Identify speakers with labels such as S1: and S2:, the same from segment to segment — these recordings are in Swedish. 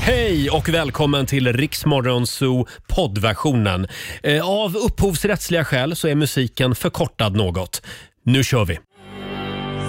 S1: Hej och välkommen till Riksmorgon Zoo poddversionen. Eh, Av upphovsrättsliga skäl så är musiken förkortad något. Nu kör vi!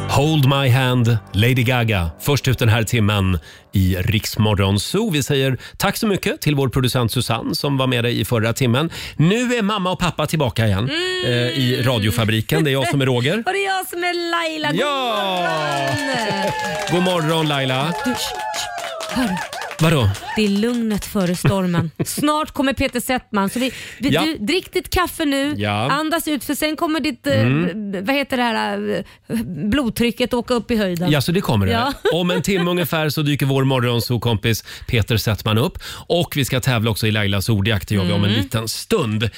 S1: Hold My Hand, Lady Gaga, först ut den här timmen i Riksmorgon Zoo. Vi säger tack så mycket till vår producent Susanne som var med dig i förra timmen. Nu är mamma och pappa tillbaka igen
S2: Mm.
S1: eh, i radiofabriken. Det är jag som är Roger.
S2: Och det är jag som är Laila. God
S1: Ja!
S2: morgon!
S1: God morgon Laila!
S2: Du, sh, sh. Hör du?
S1: Vadå?
S2: Det är lugnet före stormen. Snart kommer Peter Settman. Så vi, vi,
S1: Ja.
S2: du, drick ditt kaffe nu,
S1: Ja.
S2: andas ut för sen kommer ditt
S1: Mm.
S2: eh, b- vad heter det här, eh, blodtrycket åka upp i höjden.
S1: Ja, så det kommer det.
S2: Ja.
S1: Om en timme ungefär så dyker vår morgonsokompis Peter Settman upp. Och vi ska tävla också i Lailas ordjakt. Det gör vi om en
S2: Mm.
S1: liten stund.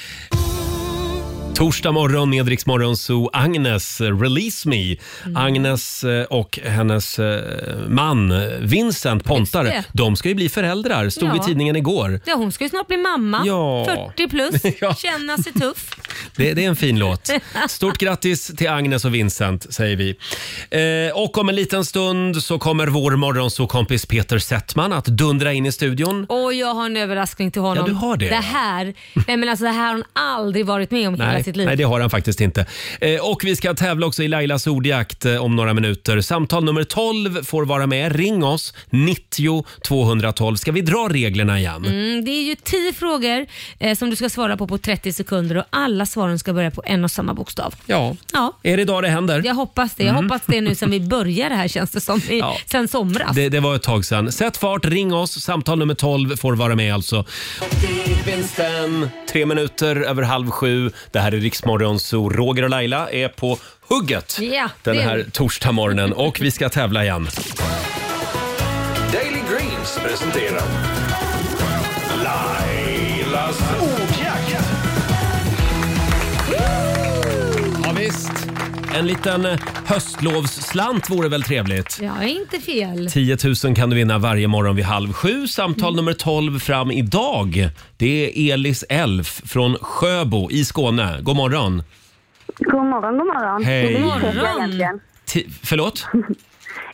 S1: Torsdag morgon med Rix Morgon Zoo, Agnes, eh, Release Me.
S2: Mm.
S1: Agnes eh, och hennes eh, man Vincent Pontare,
S2: Just
S1: de ska ju bli föräldrar, stod i
S2: Ja.
S1: tidningen igår.
S2: Ja, hon ska ju snart bli mamma.
S1: Ja.
S2: 40 plus,
S1: Ja.
S2: känna sig tuff.
S1: Det, det är en fin låt. Stort grattis till Agnes och Vincent säger vi. Eh, och om en liten stund så kommer vår morgonsåkompis Peter Settman att dundra in i studion.
S2: Och jag har en överraskning till honom.
S1: Ja, du har det,
S2: Det
S1: ja.
S2: här, nej, men alltså, det här har hon aldrig varit med om i hela
S1: Nej,
S2: sitt liv.
S1: nej, det har han faktiskt inte. Eh, och vi ska tävla också i Lailas ordjakt eh, om några minuter. Samtal nummer 12 får vara med. Ring oss, 90 212. Ska vi dra reglerna igen?
S2: Mm, det är ju 10 frågor eh, som du ska svara på på 30 sekunder och alla svaren ska börja på en och samma bokstav.
S1: Ja.
S2: Ja,
S1: Är det idag det händer?
S2: jag hoppas det. Jag hoppas det nu sen vi började här känns det som, i,
S1: Ja.
S2: sen somras.
S1: Det, det var ett tag sedan. Sätt fart, ring oss. Samtal nummer 12 får vara med alltså. Tre minuter över halv sju. Det här är Riksmorgon, så Roger och Laila är på hugget
S2: Ja,
S1: den
S2: det är
S1: här
S2: vi.
S1: torsdagsmorgonen och vi ska tävla igen.
S3: Daily Greens presenterar Lailas ordjakt.
S1: Ja, visst. En liten eh, höstlovsslant vore väl trevligt?
S2: Ja, inte fel.
S1: 10 000 kan du vinna varje morgon vid halv sju. Samtal nummer 12 fram idag. Det är Elis Elf från Sjöbo i Skåne. God morgon.
S4: God morgon, god morgon.
S1: Hej.
S4: Elise heter
S2: God
S4: jag
S2: morgon.
S4: egentligen.
S1: Ti- förlåt?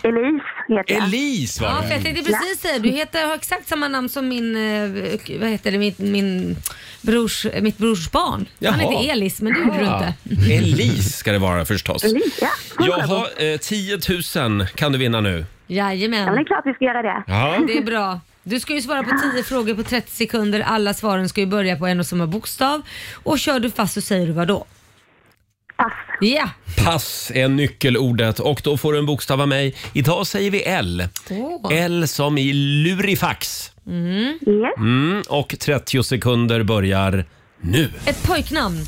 S4: Elise heter jag.
S1: Elise var
S2: Ja, för
S1: det.
S2: jag tänkte precis säga, du heter, har exakt samma namn som min, eh, vad heter det, min, min brors, mitt brors barn.
S1: Jaha.
S2: Han heter Elis, men det gjorde du inte.
S1: Elise ska det vara förstås.
S4: Elise, ja.
S1: Jaha, eh, 10 000 kan du vinna nu.
S4: Ja, men det är
S2: Jajamän,
S4: klart vi ska göra det.
S1: Ja.
S2: det är bra. Du ska ju svara på 10 frågor på 30 sekunder. Alla svaren ska ju börja på en och samma bokstav. Och kör du fast så säger du vad då?
S4: Pass.
S2: Ja,
S1: Pass är nyckelordet och då får du en bokstav av mig. Idag säger vi L.
S2: Åh.
S1: L som i lurifax.
S4: Yes.
S1: Mm, och 30 sekunder börjar nu.
S2: ett pojknamn,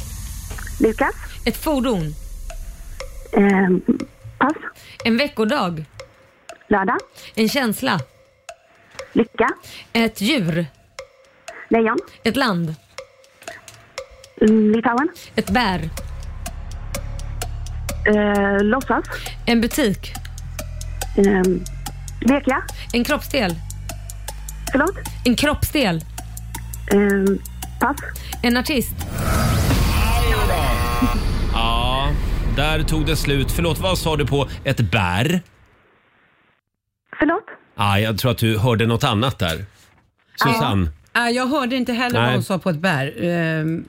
S4: Lukas.
S2: ett fordon,
S4: Ehm, pass.
S2: en veckodag,
S4: Lördag.
S2: en känsla,
S4: Lycka.
S2: ett djur,
S4: Lejon.
S2: ett land,
S4: Mm, Litauen.
S2: ett bär,
S4: Eh, låtsas.
S2: en butik,
S4: Ehm, Blekja.
S2: en kroppsdel,
S4: Förlåt.
S2: en kroppsdel,
S4: Ehm, pass.
S2: en artist,
S1: Ja, där tog det slut. Förlåt, vad sa du på ett bär?
S4: Förlåt.
S1: Ah, jag tror att du hörde något annat där. Susanne,
S5: Ah, jag hörde inte heller
S1: Nej.
S5: vad hon sa på ett bär. Ehm,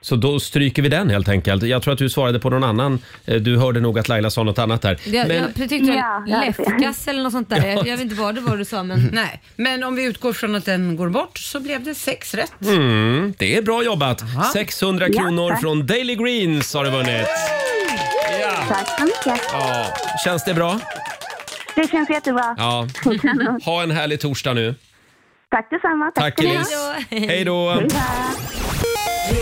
S1: så då stryker vi den helt enkelt. Jag tror att du svarade på någon annan. Eh, Du hörde nog att Laila sa något annat där.
S2: jag,
S1: Men-
S2: jag tyckte det
S4: Ja,
S2: var
S4: jag vet.
S2: läfkas eller något sånt där. Jag, jag vet inte vad det var du sa
S1: Mm.
S2: men
S5: nej, men om vi utgår från att den går bort så blev det sex rätt.
S1: Mm. Det är bra jobbat! 600
S4: Ja,
S1: kronor
S4: tack.
S1: från Daily Greens har du vunnit. Ja.
S4: Tack så mycket.
S1: Ja. Känns det bra?
S4: Det känns jättebra.
S1: Ja. Ha en härlig torsdag nu.
S4: Tack detsamma.
S1: Tack
S4: ska ni ha.
S1: Elis.
S2: Hej då.
S1: Hej då!
S4: Hej då.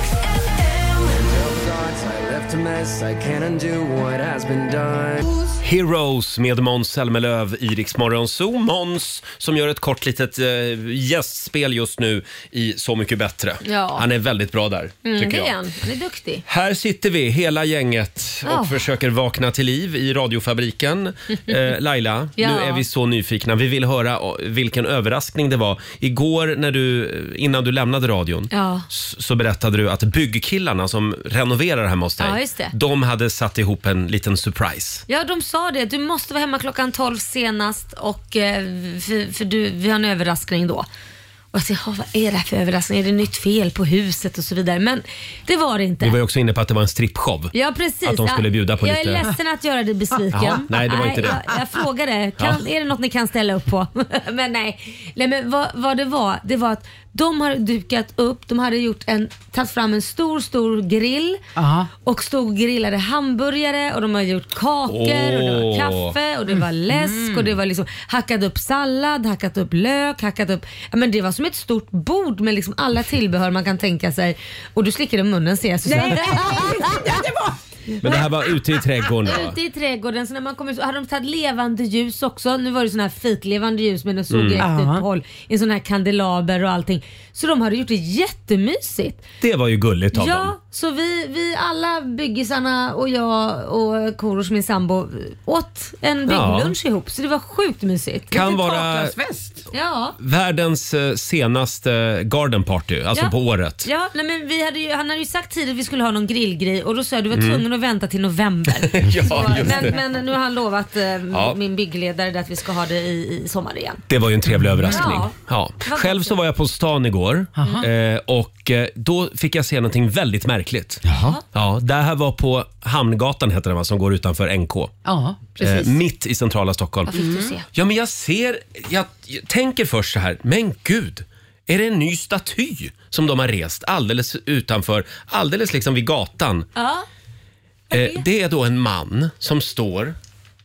S1: Heroes med Måns Zelmerlöw i Rix Morgon Zoo. Måns som gör ett kort litet eh, gästspel just nu i Så mycket bättre.
S2: Ja.
S1: Han är väldigt bra där,
S2: mm, det
S1: tycker
S2: är
S1: jag.
S2: han. Han är duktig.
S1: Här sitter vi, hela gänget, och
S2: Ja.
S1: försöker vakna till liv i radiofabriken. Eh, Laila,
S2: Ja.
S1: nu är vi så nyfikna. Vi vill höra eh, vilken överraskning det var. Igår när du, eh, innan du lämnade radion
S2: Ja.
S1: s- så berättade du att byggkillarna som renoverar hemma hos dig,
S2: Ja, just det.
S1: de hade satt ihop en liten surprise.
S2: Ja, de sa sa det, du måste vara hemma klockan 12 senast och eh, för, för du, vi har en överraskning då. Och jag säger, "Ja, vad är det här för överraskning? Är det nytt fel på huset och så vidare? Men det var det inte.
S1: Vi var ju också inne på att det var en strippshow.
S2: Ja precis.
S1: Att de skulle bjuda på
S2: jag
S1: lite-
S2: Jag är ledsen att göra dig besviken.
S1: Jaha, nej, det var inte det.
S2: Jag, jag frågade, kan, är det något ni kan ställa upp på? men nej. nej men vad, vad det var, det var att de har dukat upp, de hade gjort en, tagit fram en stor, stor grill
S5: Aha.
S2: och stod och grillade hamburgare och de har gjort kakor och det var
S1: Åh.
S2: kaffe och det var läsk och det var liksom hackat upp sallad, hackat upp lök, hackat upp... Ja, men det var som ett stort bord med liksom alla tillbehör man kan tänka sig. Och du slickade munnen ser jag Susanne.
S1: Men det här var ute i trädgården då.
S2: Ute i trädgården, så när man kom ut så hade de tagit levande ljus också. Nu var det sådana här fitlevande ljus men de
S1: Mm.
S2: såg direkt ut på
S5: Ja.
S2: håll. En sån här kandelaber och allting. Så de hade gjort det jättemysigt.
S1: Det var ju gulligt av dem.
S2: Ja, så vi, vi alla byggisarna och jag och Korosh min sambo åt en
S1: Ja.
S2: bygglunch ihop. Så det var sjukt mysigt.
S1: Kan
S5: Lite
S1: vara
S5: taklasfest.
S2: Ja.
S1: världens eh, senaste garden party, alltså
S2: Ja.
S1: på året.
S2: Ja, nej men vi hade ju, han hade ju sagt tidigt att vi skulle ha någon grillgrej och då sa jag du var tvungen att vänta till november.
S1: Mm. Ja, just det.
S2: men, men nu har han lovat eh,
S1: Ja.
S2: min byggledare där att vi ska ha det i, i sommar igen.
S1: Det var ju en trevlig överraskning.
S2: Ja.
S1: Ja.
S2: Vad
S1: Själv så var jag på stan igår eh, och eh, då fick jag se någonting väldigt märkligt. Ja, det här var på Hamngatan heter den va, som går utanför NK.
S5: Ja, precis.
S1: Eh, mitt i centrala Stockholm.
S2: Vad fick du se?
S1: Ja, men jag ser... Jag, jag tänker först så här, men gud, är det en ny staty som de har rest alldeles utanför, alldeles liksom vid gatan?
S2: Ja,
S1: Eh, det är då en man som står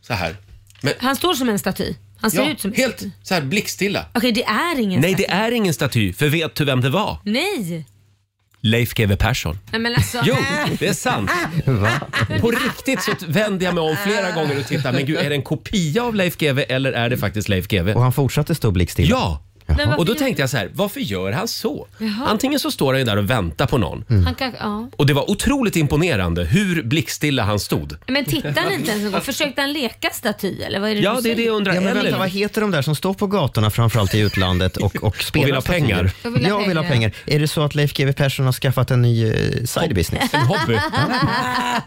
S1: så här. Men,
S2: han står som en staty. Han ser
S1: ja,
S2: ut som en
S1: helt
S2: staty.
S1: så här blickstilla.
S2: Okej, det är ingen
S1: Nej,
S2: staty.
S1: det är ingen staty, för vet du vem det var?
S2: Nej!
S1: Leif GW Persson.
S2: Nej men alltså.
S1: Jo, det är sant. På riktigt så vände jag mig om flera gånger och tittade. Men gud, är det en kopia av Leif GW eller är det faktiskt Leif GW?
S6: Och han fortsatte stå blickstilla?
S1: Ja!
S2: Men varför
S1: Och då
S2: gör-
S1: tänkte jag så här, varför gör han så? Antingen så står han ju där och väntar på någon.
S6: Mm.
S2: Han kan, ja.
S1: Och det var otroligt imponerande hur blickstilla han stod.
S2: Men tittade han inte ens en gång? Försökte han leka staty eller vad är det
S1: Mm. Alltså- Ja,
S2: du
S1: det är det jag undrar.
S6: Ja, men vänta,
S1: Eller,
S6: vad heter de där som står på gatorna framförallt i utlandet och, och spelar
S1: vill ha
S6: statyer?
S1: pengar.
S2: Och vill ha
S6: Ja, och vill ha
S2: pengar.
S6: pengar. Är det så att Leif GW Persson har skaffat en ny eh, side business?
S1: en hobby.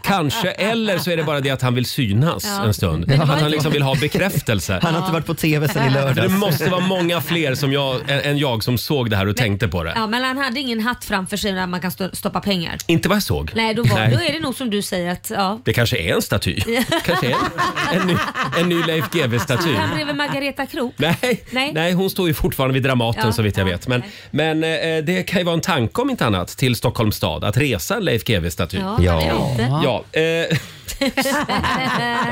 S1: Kanske. Eller så är det bara det att han vill synas
S2: Ja.
S1: en stund.
S2: Men det var
S1: Att han
S2: ju-
S1: liksom vill ha bekräftelse.
S6: Han har inte varit på TV sedan i
S1: För det
S6: lördags.
S1: måste vara många fler som jag, ä- än jag som såg det här och tänkte på det.
S2: Ja, men han hade ingen hatt framför sig där man kan stå- stoppa pengar.
S1: Inte vad jag såg.
S2: Nej, då, var, då är det nog som du säger att ja.
S1: Det kanske är en staty. kanske är en, en, ny, en ny Leif GW-staty.
S2: Han bredvid Margareta Krook.
S1: Nej, nej.
S2: Nej.
S1: hon står ju fortfarande vid Dramaten
S2: Ja,
S1: så vitt jag
S2: ja,
S1: vet. Men, men eh, det kan ju vara en tanke om inte annat till Stockholms stad att resa en Leif GW-staty.
S2: Ja,
S6: Ja.
S2: han är ute.
S1: Ja, eh,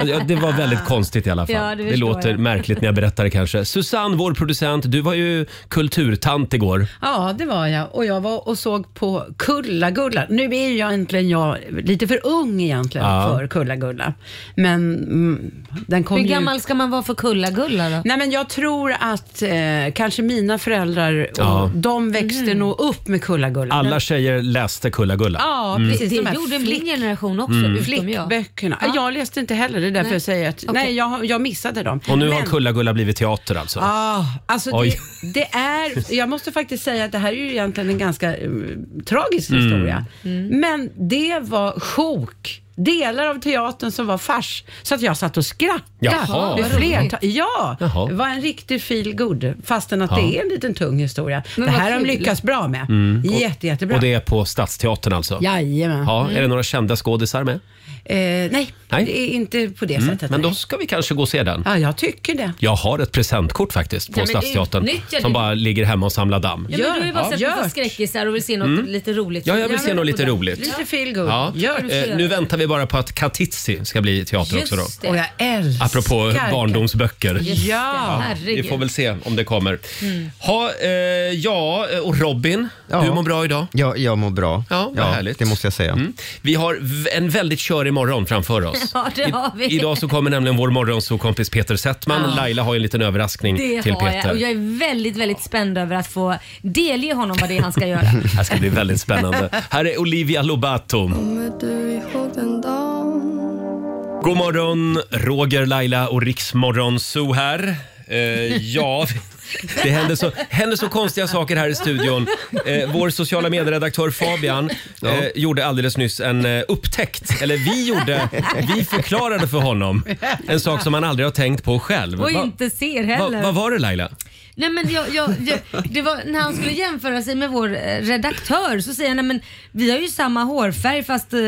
S1: ja, det var väldigt konstigt i alla fall.
S2: Ja, det
S1: det
S2: förstår
S1: låter
S2: jag.
S1: märkligt när jag berättar det kanske. Susanne, vår producent, du var ju kulturtant igår.
S5: Ja, det var jag. Och jag var och såg på Kulla-Gulla. Nu är ju jag egentligen jag lite för ung egentligen
S1: Ja.
S5: för Kulla-Gulla. Men mm, den kom
S2: Hur
S5: ju...
S2: gammal ska man vara för Kulla-Gulla
S1: Mm.
S2: då?
S5: Nej, men jag tror att eh, kanske mina föräldrar, och
S1: Ja.
S5: de växte
S2: Mm.
S5: nog upp med Kulla-Gulla.
S1: Alla Mm. tjejer läste Kulla-Gulla.
S5: Ja,
S2: Det
S5: precis. De här
S2: gjorde min generation också,
S1: Mm.
S2: utom jag.
S5: flickböckerna. Jag. läste inte heller, det är därför
S2: Nej.
S5: jag säger att
S2: Okej.
S5: nej, jag, jag missade dem.
S1: Och nu har
S5: Men-
S1: Kulla-Gulla blivit teater alltså.
S5: Ah, alltså
S1: Oj.
S5: det, det är, jag måste faktiskt säga att det här är ju egentligen en ganska eh, tragisk
S1: Mm.
S5: historia.
S2: Mm.
S5: Men det var sjok. Delar av teatern som var fars. Så att jag satt och skrattade.
S1: Jaha.
S5: Det
S2: Vad roligt.
S5: flerta- ja,
S1: Jaha.
S5: det var en riktig feel good fastän att det är en liten tung historia.
S2: Men
S5: det
S2: vad
S5: här har de
S2: kul.
S5: lyckats bra med. Jätte,
S1: Mm.
S5: jättebra.
S1: Och det är på Stadsteatern alltså.
S5: Jajamän.
S1: Ja, är det några kända skådisar med?
S5: Eh, nej,
S1: Nej. Mm.
S5: det är inte på det sättet.
S1: Men då
S5: nej.
S1: ska vi kanske gå och se den.
S5: Ja, jag tycker det.
S1: Jag har ett presentkort faktiskt på
S2: Nej, men
S1: Stadsteatern
S2: utnyttja
S1: som
S2: det.
S1: bara ligger hemma och samlar damm.
S2: Ja, men du har ju bara
S5: Ja,
S2: sett
S5: gör.
S2: massa skräckisar och vill se något lite roligt.
S1: Mm. Ja, jag vill
S2: men
S1: se något lite roligt.
S5: Lite feel good.
S1: Ja.
S5: Gör det.
S1: Eh, nu väntar vi bara på att Katitzi ska bli teater också då.
S2: Just det.
S5: Och jag älskar
S1: Apropå barndomsböcker.
S2: Just det.
S5: Ja.
S1: Vi
S2: Herregud.
S1: får väl se om det kommer. Ha, eh, ja, och Robin,
S6: Ja.
S1: du mår bra idag?
S6: Ja, jag mår bra.
S1: Ja, vad härligt.
S6: Det måste jag säga.
S1: Mm. Vi har v- en väldigt körig morgon framför oss.
S2: Ja, det har vi.
S1: I, idag så kommer nämligen vår morgonsokompis Peter Settman. Laila har ju en liten överraskning
S2: Det
S1: till
S2: har
S1: Peter.
S2: jag och jag är väldigt, väldigt spänd över att få delge honom vad det är han ska göra.
S1: Det här ska bli väldigt spännande. Här är Olivia Lobato. God morgon, Roger, Laila och Riksmorgon Zoo här. Eh, ja, vi- Det händer så, händer så konstiga saker här i studion. Eh, vår sociala medieredaktör Fabian eh, gjorde alldeles nyss en eh, upptäckt. Eller vi gjorde, vi förklarade för honom en sak som han aldrig har tänkt på själv.
S2: Och
S1: Va-
S2: inte ser
S1: va-
S2: heller.
S1: Vad var det Laila?
S2: Nej, men jag, jag, jag, det var när han skulle jämföra sig med vår eh, redaktör så säger han nej, men vi har ju samma hårfärg fast eh,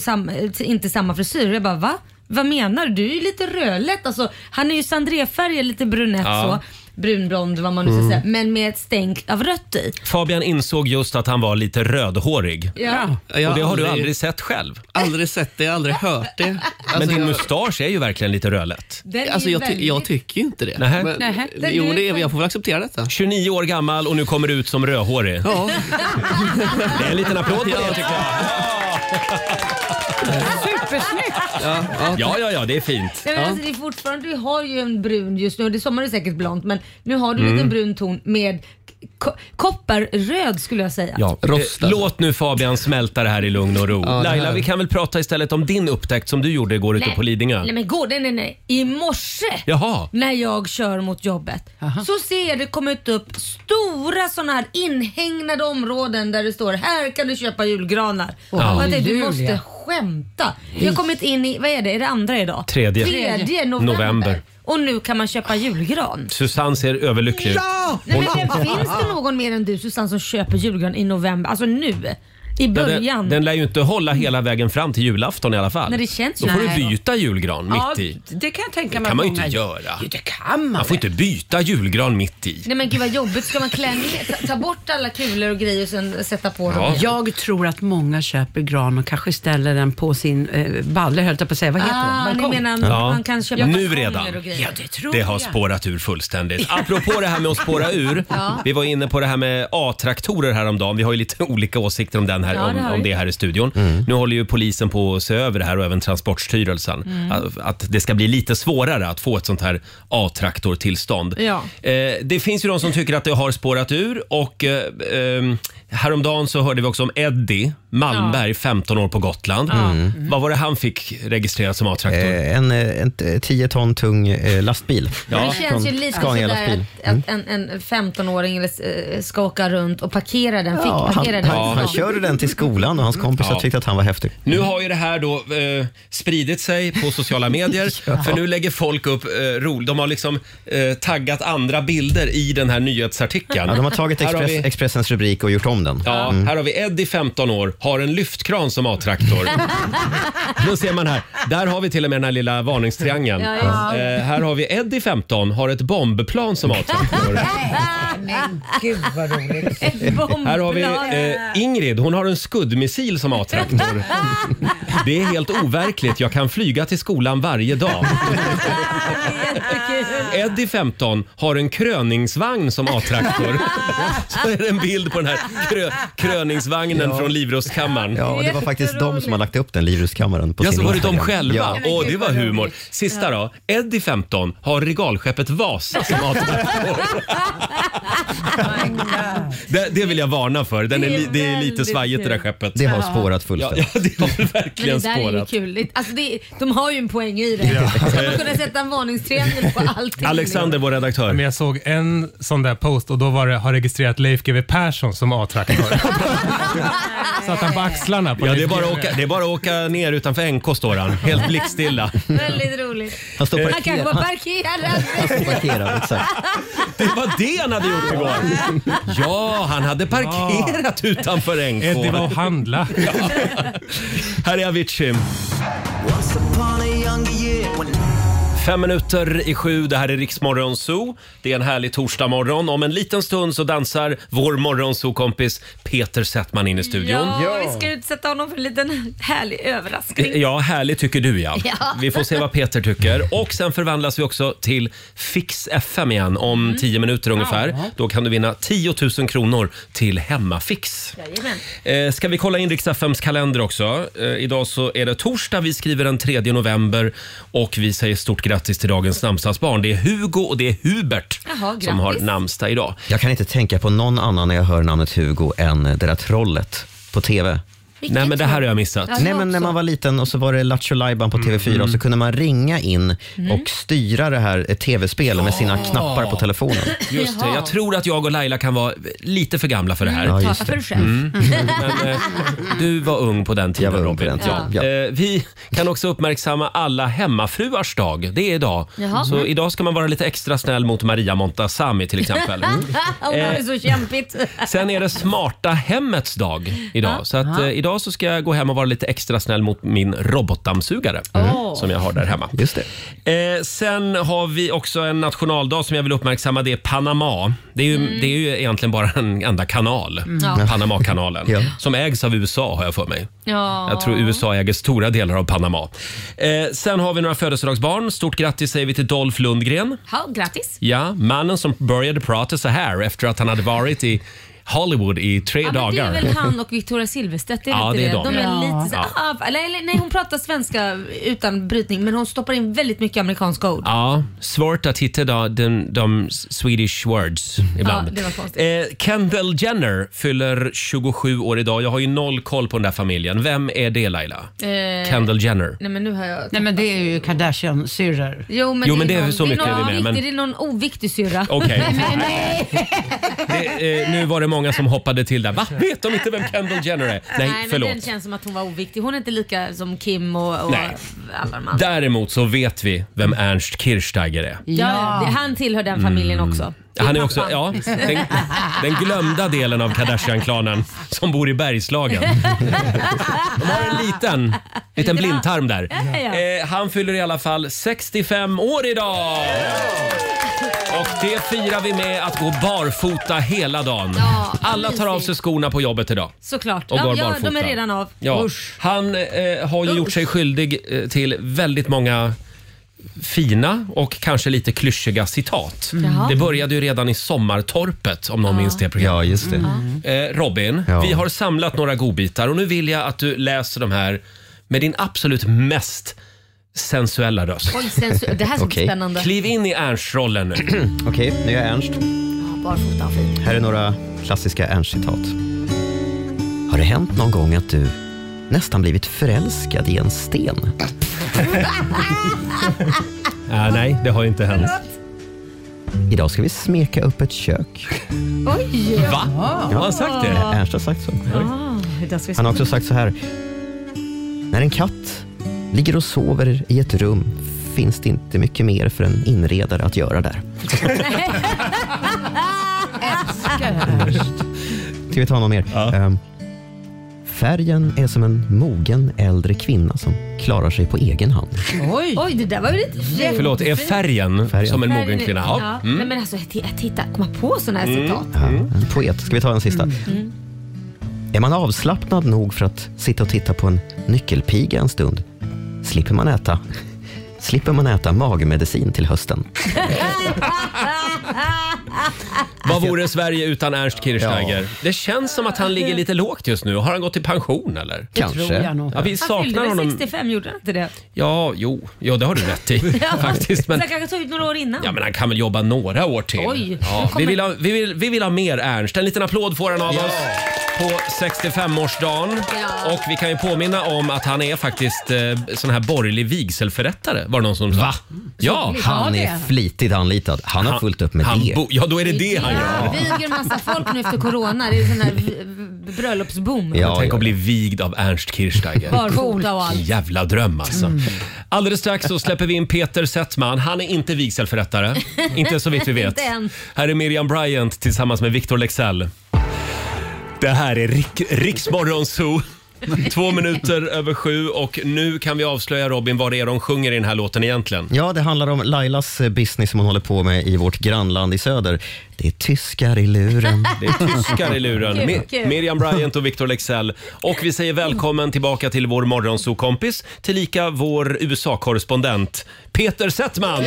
S2: sam, eh, inte samma frisyr. Jag bara va? Vad menar du? Du är ju lite rödlätt. Alltså, han är ju sandrefärgad, lite brunett
S1: Ja. Mm.
S2: så. Brunblond vad man nu ska säga. Men med ett stänk av rött i.
S1: Fabian insåg just att han var lite rödhårig.
S2: Ja.
S7: Jag
S1: Och det har du aldrig sett själv.
S7: aldrig sett det, aldrig hört det. Alltså,
S1: Men din
S7: jag-
S1: mustasch är ju verkligen lite rödlätt.
S2: Den är
S7: Alltså
S2: ju
S7: jag, ty-
S2: väldigt-
S7: jag tycker ju inte det.
S1: Nähä.
S7: Men,
S5: Nähä.
S7: Jo, men det är, jag får väl acceptera detta.
S1: 29 år gammal och nu kommer du ut som rödhårig.
S7: Ja,
S1: Det är en liten applåd på det tycker jag.
S5: Supersnyggt!
S7: ja, ja.
S1: Ja, ja, ja, det är fint.
S2: Nej, men alltså, det är fortfarande, du har ju en brun just nu, det är sommar är säkert blont men nu har du
S1: Mm.
S2: en liten brun ton med ko- kopparröd skulle jag säga.
S1: Ja,
S7: Rostad.
S1: eh, Låt nu Fabian smälta det här i lugn och ro.
S7: det här-
S1: Laila, vi kan väl prata istället om din upptäckt som du gjorde igår ute på Lidingö.
S2: Nej men går det? Nej nej. I morse
S1: Jaha.
S2: när jag kör mot jobbet så ser jag det komma ut upp stora sådana här inhägnade områden där det står här kan du köpa julgranar. Och jag tänkte, du måste
S5: Halleluja.
S2: skämta. Jag har kommit in i, vad är det, är det andra idag?
S1: Tredje.
S2: Tredje november.
S1: November.
S2: Och nu kan man köpa julgran.
S1: Susanne ser överlycklig ut.
S2: Nej, men, men, finns det någon mer än du Susanne som köper julgran i november? Alltså nu? I
S1: Ja,
S2: början? Mm.
S1: den, den lär ju inte hålla hela vägen fram till julafton i alla fall.
S2: Nej, det känns
S1: Då
S2: ju
S1: får du
S2: nej.
S1: byta julgran
S5: Ja,
S1: mitt i.
S5: det kan jag tänka
S1: kan
S5: mig. att
S1: man ju inte
S5: många-
S1: göra.
S5: Jo, det kan man.
S1: Man får inte byta julgran mitt i.
S2: Nej men gud vad jobbigt. Ska man klä ner, ta, ta bort alla kulor och grejer och sen sätta på dem igen?
S5: Jag tror att många köper gran och kanske ställer den på sin eh, balle, höll jag på att säga. Vad heter
S2: Ah,
S5: den?
S2: ni
S5: Balkong?
S2: menar
S1: Ja.
S2: man kan köpa
S1: Ja, nu
S2: balkonger
S1: redan.
S2: och grejer.
S5: Ja, det tror
S1: Det har
S5: jag.
S1: spårat ur fullständigt. Apropå det här med att spåra ur. Vi var inne på det här med A-traktorer häromdagen. Vi har ju lite olika åsikter om, den här,
S2: Ja, det har
S1: om,
S2: vi.
S1: om det här i studion. Nu håller ju polisen på att se över det här och även Transportstyrelsen.
S2: Mm.
S1: Att, att det ska bli lite svårare att få ett sånt här A-traktortillstånd.
S2: Ja.
S1: Eh, det finns ju de som tycker att det har spårat ur och eh, eh, häromdagen så hörde vi också om Eddie Malmberg, 15 år på Gotland. Vad var det han fick registrerat som A-traktor?
S6: Eh, En, eh, en t- 10 ton tung eh, lastbil.
S2: Men
S1: Ja,
S2: det känns ju
S6: från
S2: lite
S6: Scania
S2: sådär
S6: lastbil.
S2: att, att
S1: Mm.
S2: en, en 15-åring eller, eh, ska åka runt och parkera den. Fick
S6: Ja, han,
S2: parkera
S6: han,
S2: den.
S6: han, körde den till skolan och hans kompisar
S1: Ja.
S6: tyckte att han var häftig.
S1: Nu har ju det här då eh, spridit sig på sociala medier. För nu lägger folk upp eh, rol. De har liksom eh, taggat andra bilder i den här nyhetsartikeln.
S6: Ja, de har tagit
S1: Här har
S6: Express, Mm.
S1: vi-
S6: Expressens rubrik och gjort om den.
S1: Ja, här har vi Eddie 15 år, har en lyftkran som A-traktor. Då ser man här, där har vi till och med den här lilla varningstriangeln.
S2: Ja, ja.
S1: Eh, här har vi Eddie 15, har ett bombplan som A-traktor.
S5: Gud vad roligt.
S2: Ett bombplan.
S1: Här har vi eh, Ingrid, hon har en skuddmissil som A-traktor. Det är helt overkligt, jag kan flyga till skolan varje dag. Eddie 15 har en kröningsvagn som A-traktor. Så är det en bild på den här krö kröningsvagnen från Livrustkammaren.
S6: Ja, och det var faktiskt de som har lagt upp den, Livrustkammaren, på
S1: Ja,
S6: sin
S1: så var det de
S6: Instagram.
S1: själva.
S6: Ja.
S1: Åh, det var humor. Sista då. Eddie 15 har regalskeppet Vasa som A-traktor. det, det vill jag varna för. Den är, li- det är lite
S2: väldigt
S1: svajigt det där
S2: kul.
S1: skeppet.
S6: Det har spårat
S1: Ja,
S6: fullständigt.
S1: ja det har
S2: Men det
S1: verkligen
S2: där är ju
S1: spårat.
S2: kul. Det- Alltså det, de har ju en poäng i det. Ska man kunna sätta en varningstriangel på allting?
S1: Alexander, vår
S8: Men
S1: redaktör.
S8: jag såg en sån där post och då var det, har registrerat Leif GW Persson som A-traktor. så att han på axlarna på
S1: Ja,
S8: Leif
S1: det är, bara att
S8: GW.
S1: åka, det är bara att åka ner utanför NK står han, helt blickstilla.
S2: Väldigt roligt.
S6: Han står
S2: Han kanske
S6: parkerad.
S2: var parkerad.
S6: Han står parkerad, exakt.
S1: Det var det han hade gjort igår! Ja, han hade parkerat utanför NK.
S8: Eddie Eh, var och handla.
S1: Här är Avicii. Fem minuter i sju, det här är Riksmorgon Zoo. Det är en härlig torsdagmorgon. Om en liten stund så dansar vår morgonzoo-kompis Peter Settman in i studion.
S2: Ja, vi ska utsätta honom för en liten härlig överraskning.
S1: Ja, härlig tycker du ja.
S2: Ja.
S1: Vi får se vad Peter tycker. Och sen förvandlas vi också till Fix FM igen om
S2: Mm.
S1: 10 minuter ungefär. Då kan du vinna 10 000 kronor till Hemmafix.
S2: Jajamän.
S1: Eh, ska vi kolla in riks FMs kalender också? Eh, idag så är det torsdag, vi skriver den 3 november och vi säger stort grattis till dagens namnsdagsbarn. Det är Hugo och det är Hubert
S2: Jaha,
S1: som har
S2: grattis.
S1: namnsdag idag.
S6: Jag kan inte tänka på någon annan när jag hör namnet Hugo än det där trollet på TV.
S2: Vilket
S1: Nej men det här har jag missat.
S2: Ja,
S6: Nej,
S2: jag
S6: men när
S2: också.
S6: man var liten och så var det Lattjo Lajban på TV4
S1: Mm.
S6: och så kunde man ringa in och styra det här eh, tv-spelet med sina knappar på telefonen.
S1: Just det,
S2: Jaha. Mm.
S1: jag tror att jag och Laila kan vara lite för gamla för det här.
S6: Ja,
S2: Ja,
S6: just
S2: just
S6: det.
S1: Men, eh, du var ung på den tiden
S6: Jag var ung på
S1: Robin.
S6: den tiden,
S1: Ja.
S6: ja.
S1: Eh, vi kan också uppmärksamma alla hemmafruars dag. Det är idag.
S2: Jaha.
S1: Så idag ska man vara lite extra snäll mot Maria Montazami till exempel.
S2: det är
S1: Eh.
S2: så kämpigt.
S1: Sen är det smarta hemmets dag idag. Så att, eh, idag så ska jag gå hem och vara lite extra snäll mot min robotdammsugare
S2: Mm.
S1: Mm. som jag har där hemma.
S6: Just det.
S1: Eh, sen har vi också en nationaldag som jag vill uppmärksamma. Det är Panama. Det är ju, det är ju egentligen bara en enda kanal.
S2: Mm. Ja.
S1: Panamakanalen.
S6: Ja.
S1: Som ägs av USA har jag för mig.
S2: Ja.
S1: Jag tror USA äger stora delar av Panama. Eh, sen har vi några födelsedagsbarn. Stort grattis säger vi till Dolph Lundgren.
S2: Ja, grattis.
S1: Ja, mannen som började prata så här efter att han hade varit i Hollywood i tre
S2: Ja, men det
S1: dagar.
S2: är väl han och Victoria Silvstedt? Är
S1: Ja,
S2: inte
S1: det är
S2: det?
S1: de,
S2: de är
S1: ja.
S2: lite så, ah, eller, eller, Nej, hon pratar svenska utan brytning men hon stoppar in väldigt mycket amerikanska ord.
S1: Ja, svårt att hitta då, den, de Swedish words ibland.
S2: Ja, det var konstigt.
S1: eh, Kendall Jenner fyller 27 år idag. Jag har ju noll koll på den där familjen. Vem är det Laila?
S2: Eh,
S1: Kendall Jenner.
S2: Nej men nu har jag...
S5: Nej men det är ju Kardashian-syrror.
S2: Jo men,
S1: Jo, men det är
S2: någon-
S1: så mycket
S2: det är någon
S1: vi är med, men-
S2: viktig- Det är någon oviktig syrra.
S1: Okej. Det, eh, nu var det många som hoppade till där. Va? Vet de inte vem Kendall Jenner är? Nej,
S2: men Den
S1: förlåt.
S2: känns som att hon var oviktig. Hon är inte lika som Kim och, och
S1: Nej.
S2: alla de andra.
S1: Däremot så vet vi vem Ernst Kirchsteiger är.
S2: Ja, det, han tillhör den familjen
S1: Mm.
S2: också. Det
S1: Han är också,
S2: pappan.
S1: ja, den, den glömda delen av Kardashian-klanen som bor i Bergslagen. De har en liten, liten blindtarm där.
S2: Ja, ja.
S1: Eh, han fyller i alla fall 65 år idag! Och det firar vi med att gå barfota hela dagen.
S2: Ja,
S1: Alla tar av
S2: mysigt.
S1: sig skorna på jobbet idag.
S2: Såklart.
S1: Och
S2: Ja,
S1: går
S2: ja,
S1: barfota.
S2: de är redan av.
S1: Ja.
S2: Usch.
S1: Han eh, har ju gjort
S2: Usch.
S1: sig skyldig eh, till väldigt många fina och kanske lite klyschiga citat.
S2: Mm. Jaha.
S1: Det började ju redan i Sommartorpet om någon minns det programmet.
S6: Ja, just det.
S2: Mm.
S1: Eh, Robin,
S6: Ja.
S1: vi har samlat några godbitar och nu vill jag att du läser de här med din absolut mest sensuella röst.
S2: Oj, sensu- det här ska bli
S6: Okej.
S2: spännande.
S1: Kliv in i Ernst-rollen nu.
S6: Okej, nu är jag Ernst.
S2: Barfota och fint.
S6: Här är några klassiska Ernst-citat. Har det hänt någon gång att du nästan blivit förälskad i en sten?
S1: Äh, nej, det har inte hänt.
S6: Idag ska vi smeka upp ett kök.
S2: Oj!
S1: Va? Har han sagt det?
S6: Ernst har sagt så.
S2: Där ska vi-
S6: Han har också sagt så här. När en katt ligger och sover i ett rum finns det inte mycket mer för en inredare att göra där. Ska vi ta någon mer? Ehm, färgen är som en mogen äldre kvinna som klarar sig på egen hand.
S5: Oj!
S2: Oj, det där var ju lite fint.
S1: Förlåt, är färgen,
S6: Färgen.
S1: som en mogen kvinna?
S2: Ja.
S1: Ja. Mm.
S2: Nej, men alltså, t- att hitta, komma på sådana här citat.
S6: Ja, En poet. Ska vi ta en sista?
S5: Mm.
S6: Är man avslappnad nog för att sitta och titta på en nyckelpiga en stund slipper man äta slipper man äta magmedicin till hösten.
S1: Vad vore Sverige utan Ernst Kirchsteiger? Det känns som att han ligger lite lågt just nu. Har han gått i pension eller?
S5: Tror jag nog.
S1: Ja, vi
S2: Han fyllde
S1: saknar
S2: väl
S1: honom.
S2: 65, gjorde han inte det?
S1: Ja, jo, ja, det har du rätt i faktiskt. Men,
S2: Så han kanske tog ut några år innan.
S1: ja, men han kan väl jobba några år till.
S2: Oj,
S1: ja,
S2: nu
S1: vi,
S2: kommer-
S1: vill ha, vi, vill, vi vill ha mer Ernst. En liten applåd får han av oss på 65-årsdagen.
S2: Ja.
S1: Och vi kan ju påminna om att han är faktiskt eh, sån här borgerlig vigselförrättare var det någon som sa. Va? Ja,
S6: Han är flitigt anlitad. Han har fullt upp med
S1: han
S6: det.
S1: bo- ja, då är det det han gör.
S2: Ja, viger en massa folk nu efter corona. Det är sån här v- v- bröllopsboom.
S6: Ja.
S1: Tänk att bli vigd av Ernst Kirchsteiger.
S2: Barfota och allt.
S1: Jävla dröm alltså.
S2: Mm.
S1: Alldeles strax så släpper vi in Peter Settman. Han är inte vigselförrättare. Inte så vitt vi vet.
S2: Inte än.
S1: Här är Miriam Bryant tillsammans med Victor Lexell. Det här är Rik- Riksmorgon Zoo. Två minuter över sju och nu kan vi avslöja Robin vad det är de sjunger i den här låten egentligen.
S6: Ja, det handlar om Lailas eh, business som hon håller på med i vårt grannland i söder. Det är tyskar i luren.
S1: Det är tyskar i luren.
S2: Kul,
S1: Mi-
S2: kul.
S1: Miriam Bryant och Victor Lexell. Och vi säger välkommen tillbaka till vår morgonsokompis, tillika vår USA-korrespondent Peter Settman.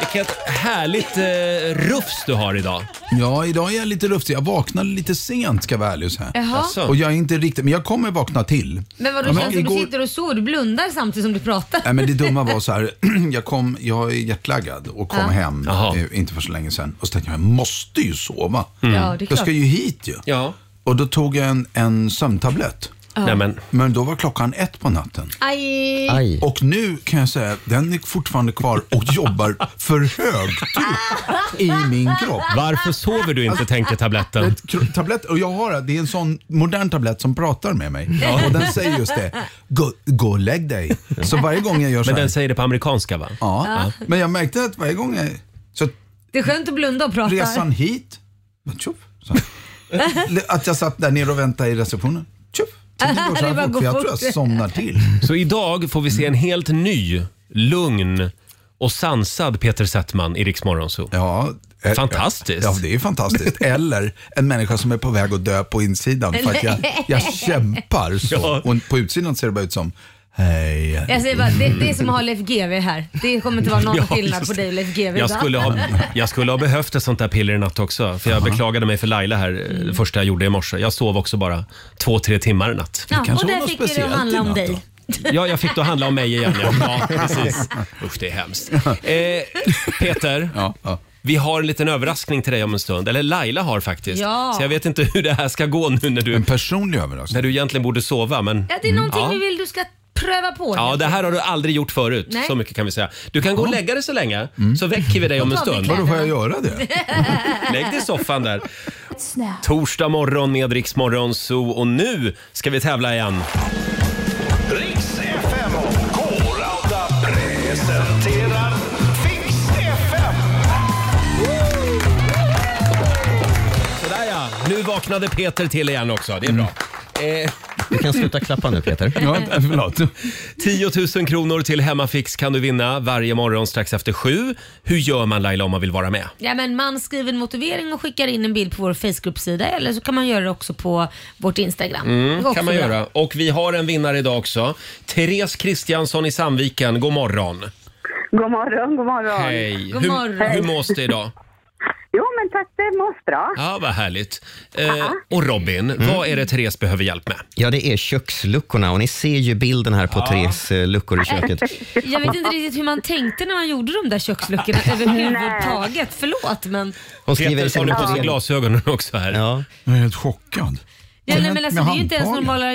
S1: Vilket härligt eh, rufs du har idag.
S9: Ja, idag är jag lite luftig. Jag vaknade lite sent ska jag vara ärlig och säga.
S2: Jaha.
S1: Alltså.
S9: Och jag är inte riktigt, men jag kommer vakna till.
S2: Men vadå,
S9: Ja,
S2: känns det som du
S9: igår-
S2: sitter och sover? Du blundar samtidigt som du pratar.
S9: Nej, men det dumma var så här, jag, kom, jag är hjärtlaggad och kom hem
S1: Jaha.
S9: eh, inte för så länge sedan. Och så tänkte jag, jag måste ju sova.
S2: Mm. Ja, det är
S9: jag ska
S2: klart.
S9: ju hit ju.
S1: Ja.
S9: Och då tog jag en, en sömntablett.
S1: Nej, men,
S9: Men då var klockan ett på natten.
S2: Aj.
S6: Aj.
S9: Och nu kan jag säga att den är fortfarande kvar och jobbar för högt upp i min kropp.
S1: varför sover du inte tänkte tabletten?
S9: Ett kro- Tablett, och jag har det, det är en sån modern tablett som pratar med mig. Och den säger just det. Gå, gå och lägg dig. Så varje gång jag gör så
S1: Men
S9: här.
S1: den säger det på amerikanska va?
S9: ja, Men jag märkte att varje gång jag... Så
S2: Det är skönt att blunda och prata.
S9: resan hit. men Tjoff, sa han. att jag satt där nere och väntade i receptionen. Tjoff. Tiden går så
S2: Det bara
S9: här fort,
S2: går
S9: för jag tror
S2: fort.
S9: jag somnar till.
S1: Så idag får vi se en helt ny, lugn och sansad Peter Settman i Rix Morgon Zoo.
S9: Ja, eh,
S1: Fantastiskt.
S9: Ja, det är fantastiskt. Eller en människa som är på väg att dö på insidan för att jag, jag kämpar så.
S1: Ja.
S9: Och på utsidan ser det bara ut som, hej.
S2: Jag säger bara, det, det är som att ha Leif GW här. Det kommer inte vara någon
S1: Ja,
S2: skillnad
S1: just
S2: på
S1: det.
S2: dig och Leif GW
S1: Jag
S2: va?
S1: skulle, ha, jag skulle ha behövt ett sånt där piller i natt också. För jag beklagade mig för Laila här, eh,
S2: Mm.
S1: det första jag gjorde i morse. Jag sov också bara två, tre timmar i natt.
S2: Ja,
S9: kanske
S2: och
S9: var
S2: där
S9: något
S2: fick vi det att
S9: speciellt
S2: handla
S9: i
S2: om
S9: natt
S2: dig.
S9: då.
S1: Ja, jag fick då handla om mig igen. Ja, ja precis. Usch, det är hemskt. Eh, Peter,
S9: Ja, ja.
S1: vi har en liten överraskning till dig om en stund. Eller Laila har faktiskt.
S2: Ja.
S1: Så jag vet inte hur det här ska gå nu när du,
S9: En personlig
S1: när
S9: överraskning.
S1: du egentligen borde sova. Men...
S2: Ja, det är någonting
S1: Ja.
S2: vi vill du ska pröva på.
S1: Mm. Ja, det här har du aldrig gjort förut.
S2: Nej.
S1: Så mycket kan vi säga. Du kan gå och lägga dig så länge,
S9: Mm.
S1: så väcker vi dig om en
S2: Då tar vi
S1: stund.
S2: kläder.
S9: Vadå, får jag göra det?
S1: Lägg dig i soffan där. Torsdag morgon med Rix Morgon Zoo och nu ska vi tävla igen.
S3: Riks FM och K-Rauta presenterar Fix FM.
S1: Sådär ja, nu vaknade Peter till igen också. Det är bra. Eh,
S6: Du kan sluta klappa nu Peter.
S9: Ja, förlåt.
S1: 10 000 kronor till Hemmafix kan du vinna varje morgon strax efter sju. Hur gör man Laila om man vill vara med?
S2: Ja, men man skriver en motivering och skickar in en bild på vår Facebooksida eller så kan man göra det också på vårt Instagram. Det går också
S1: Mm, kan man
S2: bra.
S1: göra. Och vi har en vinnare idag också. Therese Kristiansson i Sandviken, god morgon.
S4: God morgon, god morgon.
S1: Hej.
S2: God morgon.
S1: Hur, hur mås det idag?
S4: Jo, men tack, det mås bra.
S1: Ja, vad härligt. Eh, och Robin, vad är det Therese behöver hjälp med?
S6: Ja, det är köksluckorna och ni ser ju bilden här på Therese eh, luckor i köket.
S2: Jag vet inte riktigt hur man tänkte när man gjorde de där köksluckorna överhuvudtaget. Förlåt men.
S6: Hon skriver i
S1: Peter
S6: sin
S1: tar nu på sig
S6: motivering-
S1: glasögonen också här.
S6: Ja,
S9: Jag är helt chockad.
S2: Ja,
S9: Vad
S2: nej,
S9: har
S2: men
S9: hänt
S2: alltså,
S9: med
S2: det är ju inte ens
S9: handtagen?
S2: normala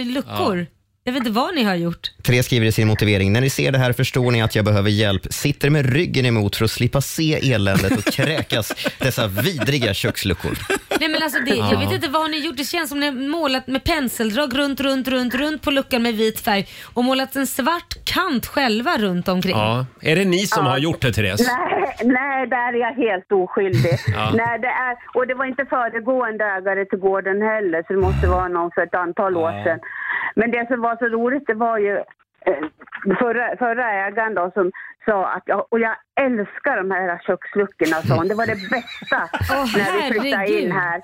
S2: luckor. Jag vet inte vad ni har gjort.
S6: Therese skriver i sin motivering, när ni ser det här förstår ni att jag behöver hjälp. Sitter med ryggen emot för att slippa se eländet och kräkas dessa vidriga köksluckor.
S2: Nej, men alltså, det, Jag vet inte vad har ni gjort. Det känns som ni har målat med penseldrag runt, runt, runt, runt på luckan med vit färg och målat en svart kant själva runt omkring.
S1: Ja. Är det ni som har gjort det, Therese?
S4: Nej, nej, där är jag helt oskyldig. nej, det är, och det var inte föregående ägare till gården heller, så det måste vara någon för ett antal år sedan. Men det som var så roligt, det var ju eh, förra, förra ägaren då som sa att, jag- och jag älskar de här köksluckorna, sa hon. Det var det bästa
S2: Åh,
S4: när vi flyttade in
S2: herregud.
S4: här.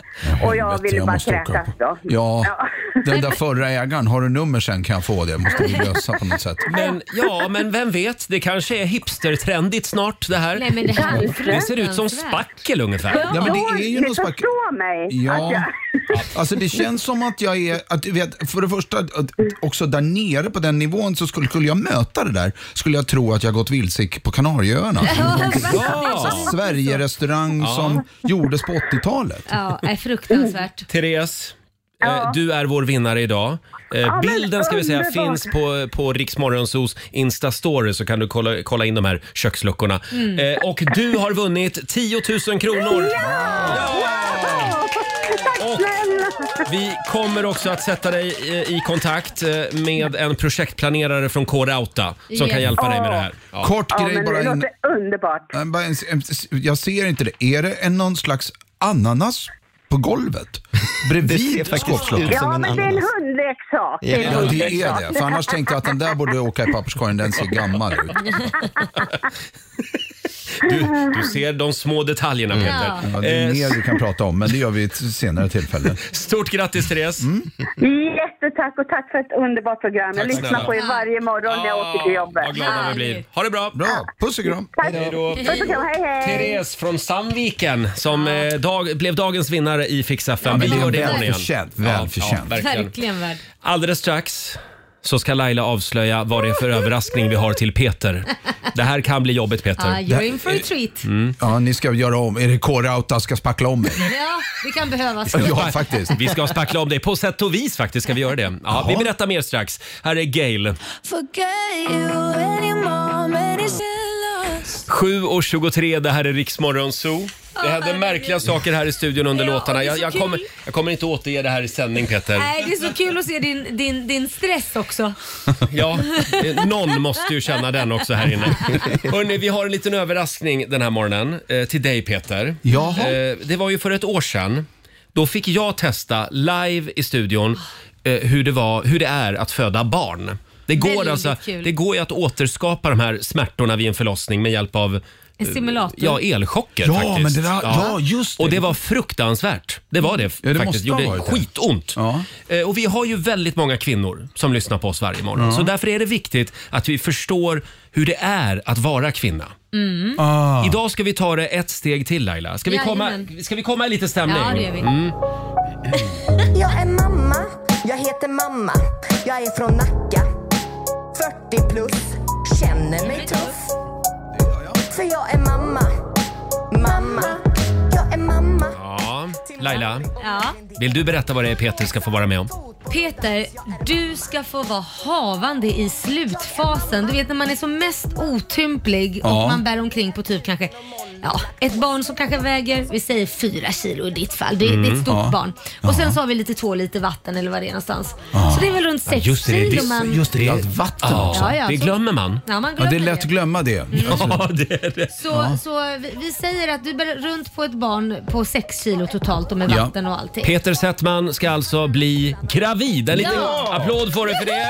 S4: Och jag
S9: Helvete,
S4: ville bara
S9: måste åka
S4: kräkas
S9: på-
S4: då.
S9: Ja,
S4: Ja.
S9: den där förra ägaren. Har du nummer sen kan jag få det. Måste vi lösa på något sätt.
S1: Men, ja, men vem vet? Det kanske är hipstertrendigt snart det här.
S2: Nej men det här är
S1: det ser ut som
S2: fruktansvärt.
S1: spackel ungefär.
S9: Ja, men
S4: Oj,
S9: det är ju
S4: ni
S9: något spark...
S4: förstår mig. Att
S9: Ja,
S4: jag,
S9: alltså det känns som att jag är, att, du vet, för det första, att också där nere på den nivån så skulle, skulle jag möta det där, skulle jag tro att jag gått vilse på Kanarieöarna.
S1: Ja.
S9: Sverige-restaurang som gjordes på 80-talet.
S2: Ja, är fruktansvärt.
S1: Therese, eh, du är vår vinnare idag. Eh,
S4: men
S1: bilden ska vi säga
S4: underbart.
S1: finns på, på Riksmorgonsos Insta-story så kan du kolla, kolla in de här köksluckorna.
S4: Mm.
S1: Eh, och du har vunnit 10 000 kronor! Ja! Och vi kommer också att sätta dig eh, i kontakt eh, med en projektplanerare från K-Rauta som
S2: Yes.
S1: kan hjälpa dig med det här. Ja.
S9: Kort
S4: ja,
S9: grej
S4: men
S9: bara.
S4: det
S9: In,
S4: låter underbart.
S9: äh, bara en, en, jag ser inte det. Är det en, någon slags ananas på golvet?
S6: ser
S9: Bredvid
S6: faktiskt
S9: skåpsluckan?
S6: ut.
S4: Ja,
S6: som en
S4: men det är en
S6: ananas.
S4: hundleksak.
S9: Ja, det är det. För annars tänkte jag att den där borde åka i papperskorgen. Den ser gammal ut.
S1: Du, du ser de små detaljerna Peter.
S9: Ja, det är
S1: Eh,
S9: mer vi kan prata om, men det gör vi i ett senare tillfälle.
S1: Stort grattis Therese!
S4: Mm. Jättetack och tack för ett underbart program.
S1: Tack
S4: jag
S1: snälla.
S4: lyssnar på er varje morgon när jag åker till jobbet.
S1: Vad glada vi blir. Ha det bra!
S9: Bra, puss och kram.
S4: Tack.
S1: Hej då.
S4: Puss och kram, hej hej.
S1: Therese från Sandviken som eh, dag, blev dagens vinnare i Fix FM.
S9: men
S1: Vi
S9: det är
S1: gör det imorgon igen.
S9: välförtjänt, välförtjänt.
S1: Ja, ja, verkligen.
S2: Verkligen värd.
S1: Alldeles strax så ska Laila avslöja vad det är för överraskning vi har till Peter. Det här kan bli jobbigt
S2: Ah,
S1: Peter.
S2: you're in for a treat.
S1: Mm.
S9: Ja, ni ska göra om. Är det K-Rauta ska spackla om mig?
S2: Ja, det kan behövas.
S9: Ja, faktiskt.
S1: Vi ska spackla om dig. På sätt och vis faktiskt ska vi göra det. Ja, vi berättar mer strax. Här är Gail. 7.23, det här är Riksmorgon Zoo. Det hände märkliga saker här i studion under
S2: Ja,
S1: låtarna.
S2: det är
S1: Jag,
S2: så
S1: jag,
S2: kul.
S1: kommer, jag kommer inte återge det här i sändning Peter.
S2: Nej, det är så kul att se din, din, din stress också.
S1: Ja, eh, någon måste ju känna den också här inne. Hörrni, vi har en liten överraskning den här morgonen eh, till dig Peter.
S9: Jaha.
S1: Eh, det var ju för ett år sedan. Då fick jag testa live i studion eh, hur, det var, hur det är att föda barn. Det går,
S2: Väldigt
S1: alltså,
S2: kul.
S1: det går ju att återskapa de här smärtorna vid en förlossning med hjälp av
S2: En simulator.
S1: ja, elchocker
S9: Ja,
S1: faktiskt.
S9: men det där- ja, just det.
S1: Och det var fruktansvärt. Det var det
S9: Ja, det
S1: faktiskt.
S9: måste ha
S1: gjorde
S9: varit det.
S1: skitont.
S9: Ja.
S1: Eh, Och vi har ju väldigt många kvinnor som lyssnar på oss varje morgon. Så därför är det viktigt att vi förstår hur det är att vara kvinna.
S2: Mm.
S9: Ah.
S1: Idag ska vi ta det ett steg till Laila. Ska vi, komma,
S2: Jajamän.
S1: ska vi komma i lite stämning?
S2: Ja, det gör vi.
S1: Mm.
S10: Jag är mamma, jag heter mamma. Jag är från Nacka. 40 plus, känner mig tuff. För jag är mamma, mamma. Jag är mamma.
S1: Ja, Laila,
S2: Ja.
S1: vill du berätta vad det är Peter ska få vara med om?
S2: Peter, du ska få vara havande i slutfasen. Du vet när man är som mest otymplig och
S9: Ja.
S2: man bär omkring på typ kanske ja, ett barn som kanske väger, vi säger fyra kilo i ditt fall. Det, det är ett stort barn. Och sen så har vi lite två liter vatten eller vad det är någonstans. Så det är väl runt sex
S1: just det, det är
S2: kilo
S1: det-
S2: man...
S9: Just det, allt vatten också.
S2: Ja, Mm. ja,
S1: det
S2: så-
S1: glömmer man.
S2: Ja, man
S9: Ja,
S2: glömmer
S9: det är lätt att glömma det.
S1: Ja, det är det.
S2: Så, så vi, vi säger att du bär runt på ett barn på sex kilo totalt och med
S9: Ja.
S2: vatten och allting.
S1: Peter Settman ska alltså bli gravid. En liten
S2: Ja.
S1: applåd får du för det.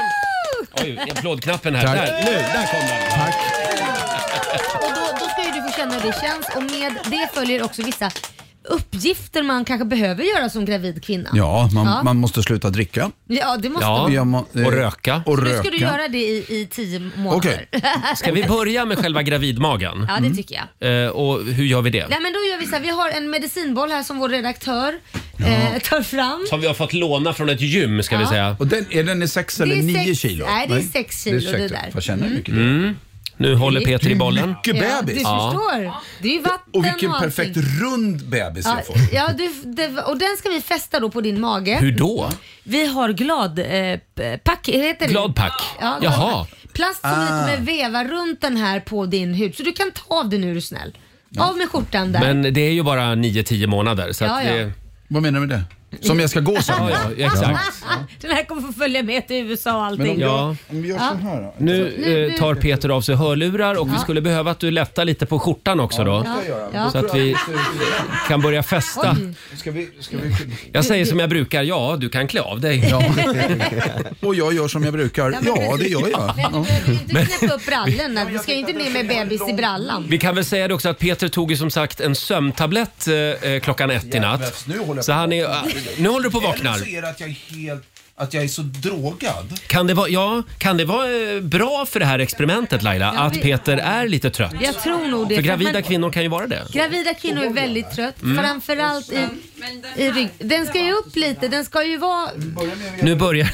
S1: Oj, applådknappen här.
S9: Tack.
S1: Där, nu, där kom den.
S9: Tack.
S2: Och då, då ska ju du få känna hur det känns och med det följer också vissa uppgifter man kanske behöver göra som gravid kvinna.
S9: Ja, man,
S2: Ja.
S9: man måste sluta dricka.
S2: Ja, det måste
S1: Ja.
S2: man.
S9: Jag må- eh,
S1: Och röka.
S9: Och
S2: Nu ska du
S9: röka.
S2: göra det i, i tio månader.
S9: Okej. Mm.
S1: Ska vi börja med själva gravidmagen?
S2: Ja, det tycker jag.
S1: Eh, och hur gör vi det?
S2: Nej men då gör vi så här, vi har en medicinboll här som vår redaktör eh, tar fram.
S1: Som vi har fått låna från ett gym ska vi
S2: Ja.
S1: säga.
S9: Och den, är den i sex
S2: är
S9: eller nio
S2: sex-
S9: kilo?
S2: nej, det är sex kilo, det där.
S9: Vad känner du?
S1: Mm.
S9: mycket?
S1: Nu håller Peter i bollen.
S9: Mycket
S2: Ja, du
S9: bebis.
S2: förstår. Det är ju vatten
S9: Och vilken
S2: allting.
S9: perfekt rund bebis
S2: Ja,
S9: jag får.
S2: ja du, det, och den ska vi fästa då på din mage.
S1: Hur då?
S2: Vi har gladpack. Eh, heter det?
S1: Gladpack?
S2: Ja,
S1: Jaha.
S2: Plast som vi
S9: Ah.
S2: kommer veva runt den här på din hud. Så du kan ta av den nu är du snäll. Av med skjortan där.
S1: Men det är ju bara 9-10 månader. Så
S2: Ja,
S1: att
S2: ja.
S1: det,
S9: Vad menar du med det? Som jag ska gå sen?
S1: ja, ja, exakt.
S2: Den här kommer få följa med till USA och
S9: Men om
S2: allting.
S1: Ja.
S9: jag, om jag gör så här då?
S1: Nu
S2: nu-
S1: eh, tar Peter av sig hörlurar och vi skulle behöva att du lättar lite på skjortan också då.
S2: Ja.
S1: Så att vi kan börja festa.
S2: Oj.
S9: Ska vi, ska vi...
S1: Jag säger som jag brukar, ja du kan klä av dig.
S9: Och jag gör som jag brukar. Ja, det gör jag.
S2: Men du behöver ju inte knäppa upp brallorna. Du ska ju inte ner med bebis i brallan.
S1: Vi kan väl säga det också att Peter tog ju som sagt en sömntablett eh, eh, klockan ett i natt.
S9: nu håller jag
S1: Så
S9: på.
S1: han är, eh, nu håller du på och vaknar.
S9: Eller så är det att jag är helt... Att jag är så drogad.
S1: Kan det vara, ja, kan det vara eh, bra för det här experimentet Laila,
S2: Ja,
S1: att
S2: vi-
S1: Peter är lite trött?
S2: Jag tror nog det.
S1: För
S2: Men-
S1: gravida kvinnor Mm. kan ju vara det.
S2: Gravida kvinnor är väldigt trött. Framförallt i, i rygg. Den ska ju upp lite. Den ska ju vara...
S1: Nu börjar...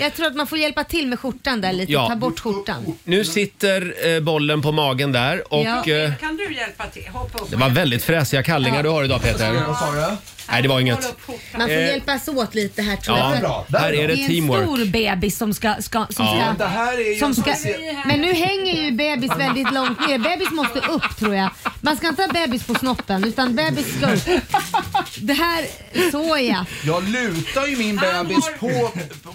S2: Jag tror att man får hjälpa till med skjortan där lite.
S1: Ja.
S2: Ta bort skjortan.
S1: Nu sitter eh, bollen på magen där och
S2: Ja.
S1: eh,
S5: Kan du hjälpa till? Hoppa upp.
S1: det var väldigt fräsiga kallingar du har idag Peter.
S9: Vad sa du?
S1: Nej det var inget.
S2: Man
S9: Eh,
S2: får hjälpas åt lite här tror jag. För att-
S1: Ja, här är det
S2: Det är en
S1: teamwork.
S2: stor bebis som ska... ska, som ska,
S9: här är ju
S2: som ska men nu hänger ju bebis väldigt långt ner. Bebis måste upp tror jag. Man ska inte ha bebis på snoppen utan bebis ska upp. Det här, så ja.
S9: Jag lutar ju min bebis på,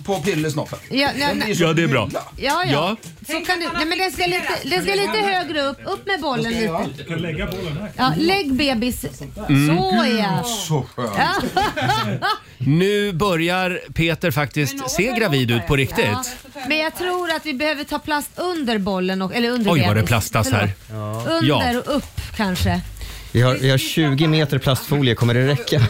S9: på pillesnoppen.
S2: Ja, ja,
S9: Den blir
S2: nej.
S9: så
S1: Ja, det är bra.
S9: gula.
S2: ja,
S1: Ja.
S2: ja. Så kan du, nej, men den ska, lite, den ska lite högre upp. Upp med bollen lite. Ja, lägg bebis.
S9: Mm.
S2: Så ja.
S9: Så skönt.
S1: Nu börjar Peter faktiskt se gravid ut på
S2: Ja,
S1: riktigt.
S2: men jag tror att vi behöver ta plast under bollen, och, eller under
S1: Oj, vad
S2: bebis.
S1: det plastas här.
S2: Förlåt.
S1: Ja.
S2: Under och upp kanske.
S1: Mm.
S6: Vi har, vi har 20 meter plastfolie, kommer det räcka?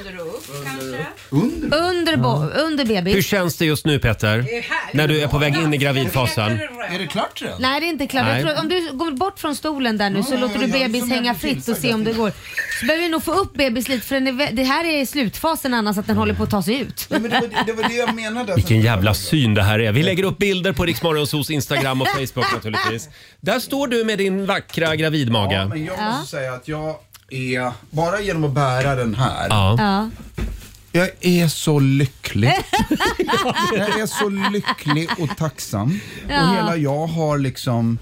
S2: Under, bo- under bebis.
S1: Hur känns det just nu Peter? När du är på väg in i gravidfasen?
S9: Är det klart redan?
S2: Nej det är inte klart. Jag
S1: Nej.
S2: tror att om du går bort från stolen där nu så låter du bebis hänga fritt och se om det går. Så behöver vi nog få upp bebis lite för den är, vä- det här är slutfasen annars att den håller på att ta sig ut.
S9: Nej, men det, var, det var det jag menade.
S1: Vilken jävla syn det här är. Vi lägger upp bilder på Riksmorgonsos Instagram och Facebook naturligtvis. Där står du med din vackra
S9: Ja,
S1: gravidmage.
S9: men jag måste säga att jag är, bara genom att bära den här,
S2: Ja.
S9: jag är så lycklig. jag är så lycklig och tacksam.
S2: Ja.
S9: Och hela jag har liksom,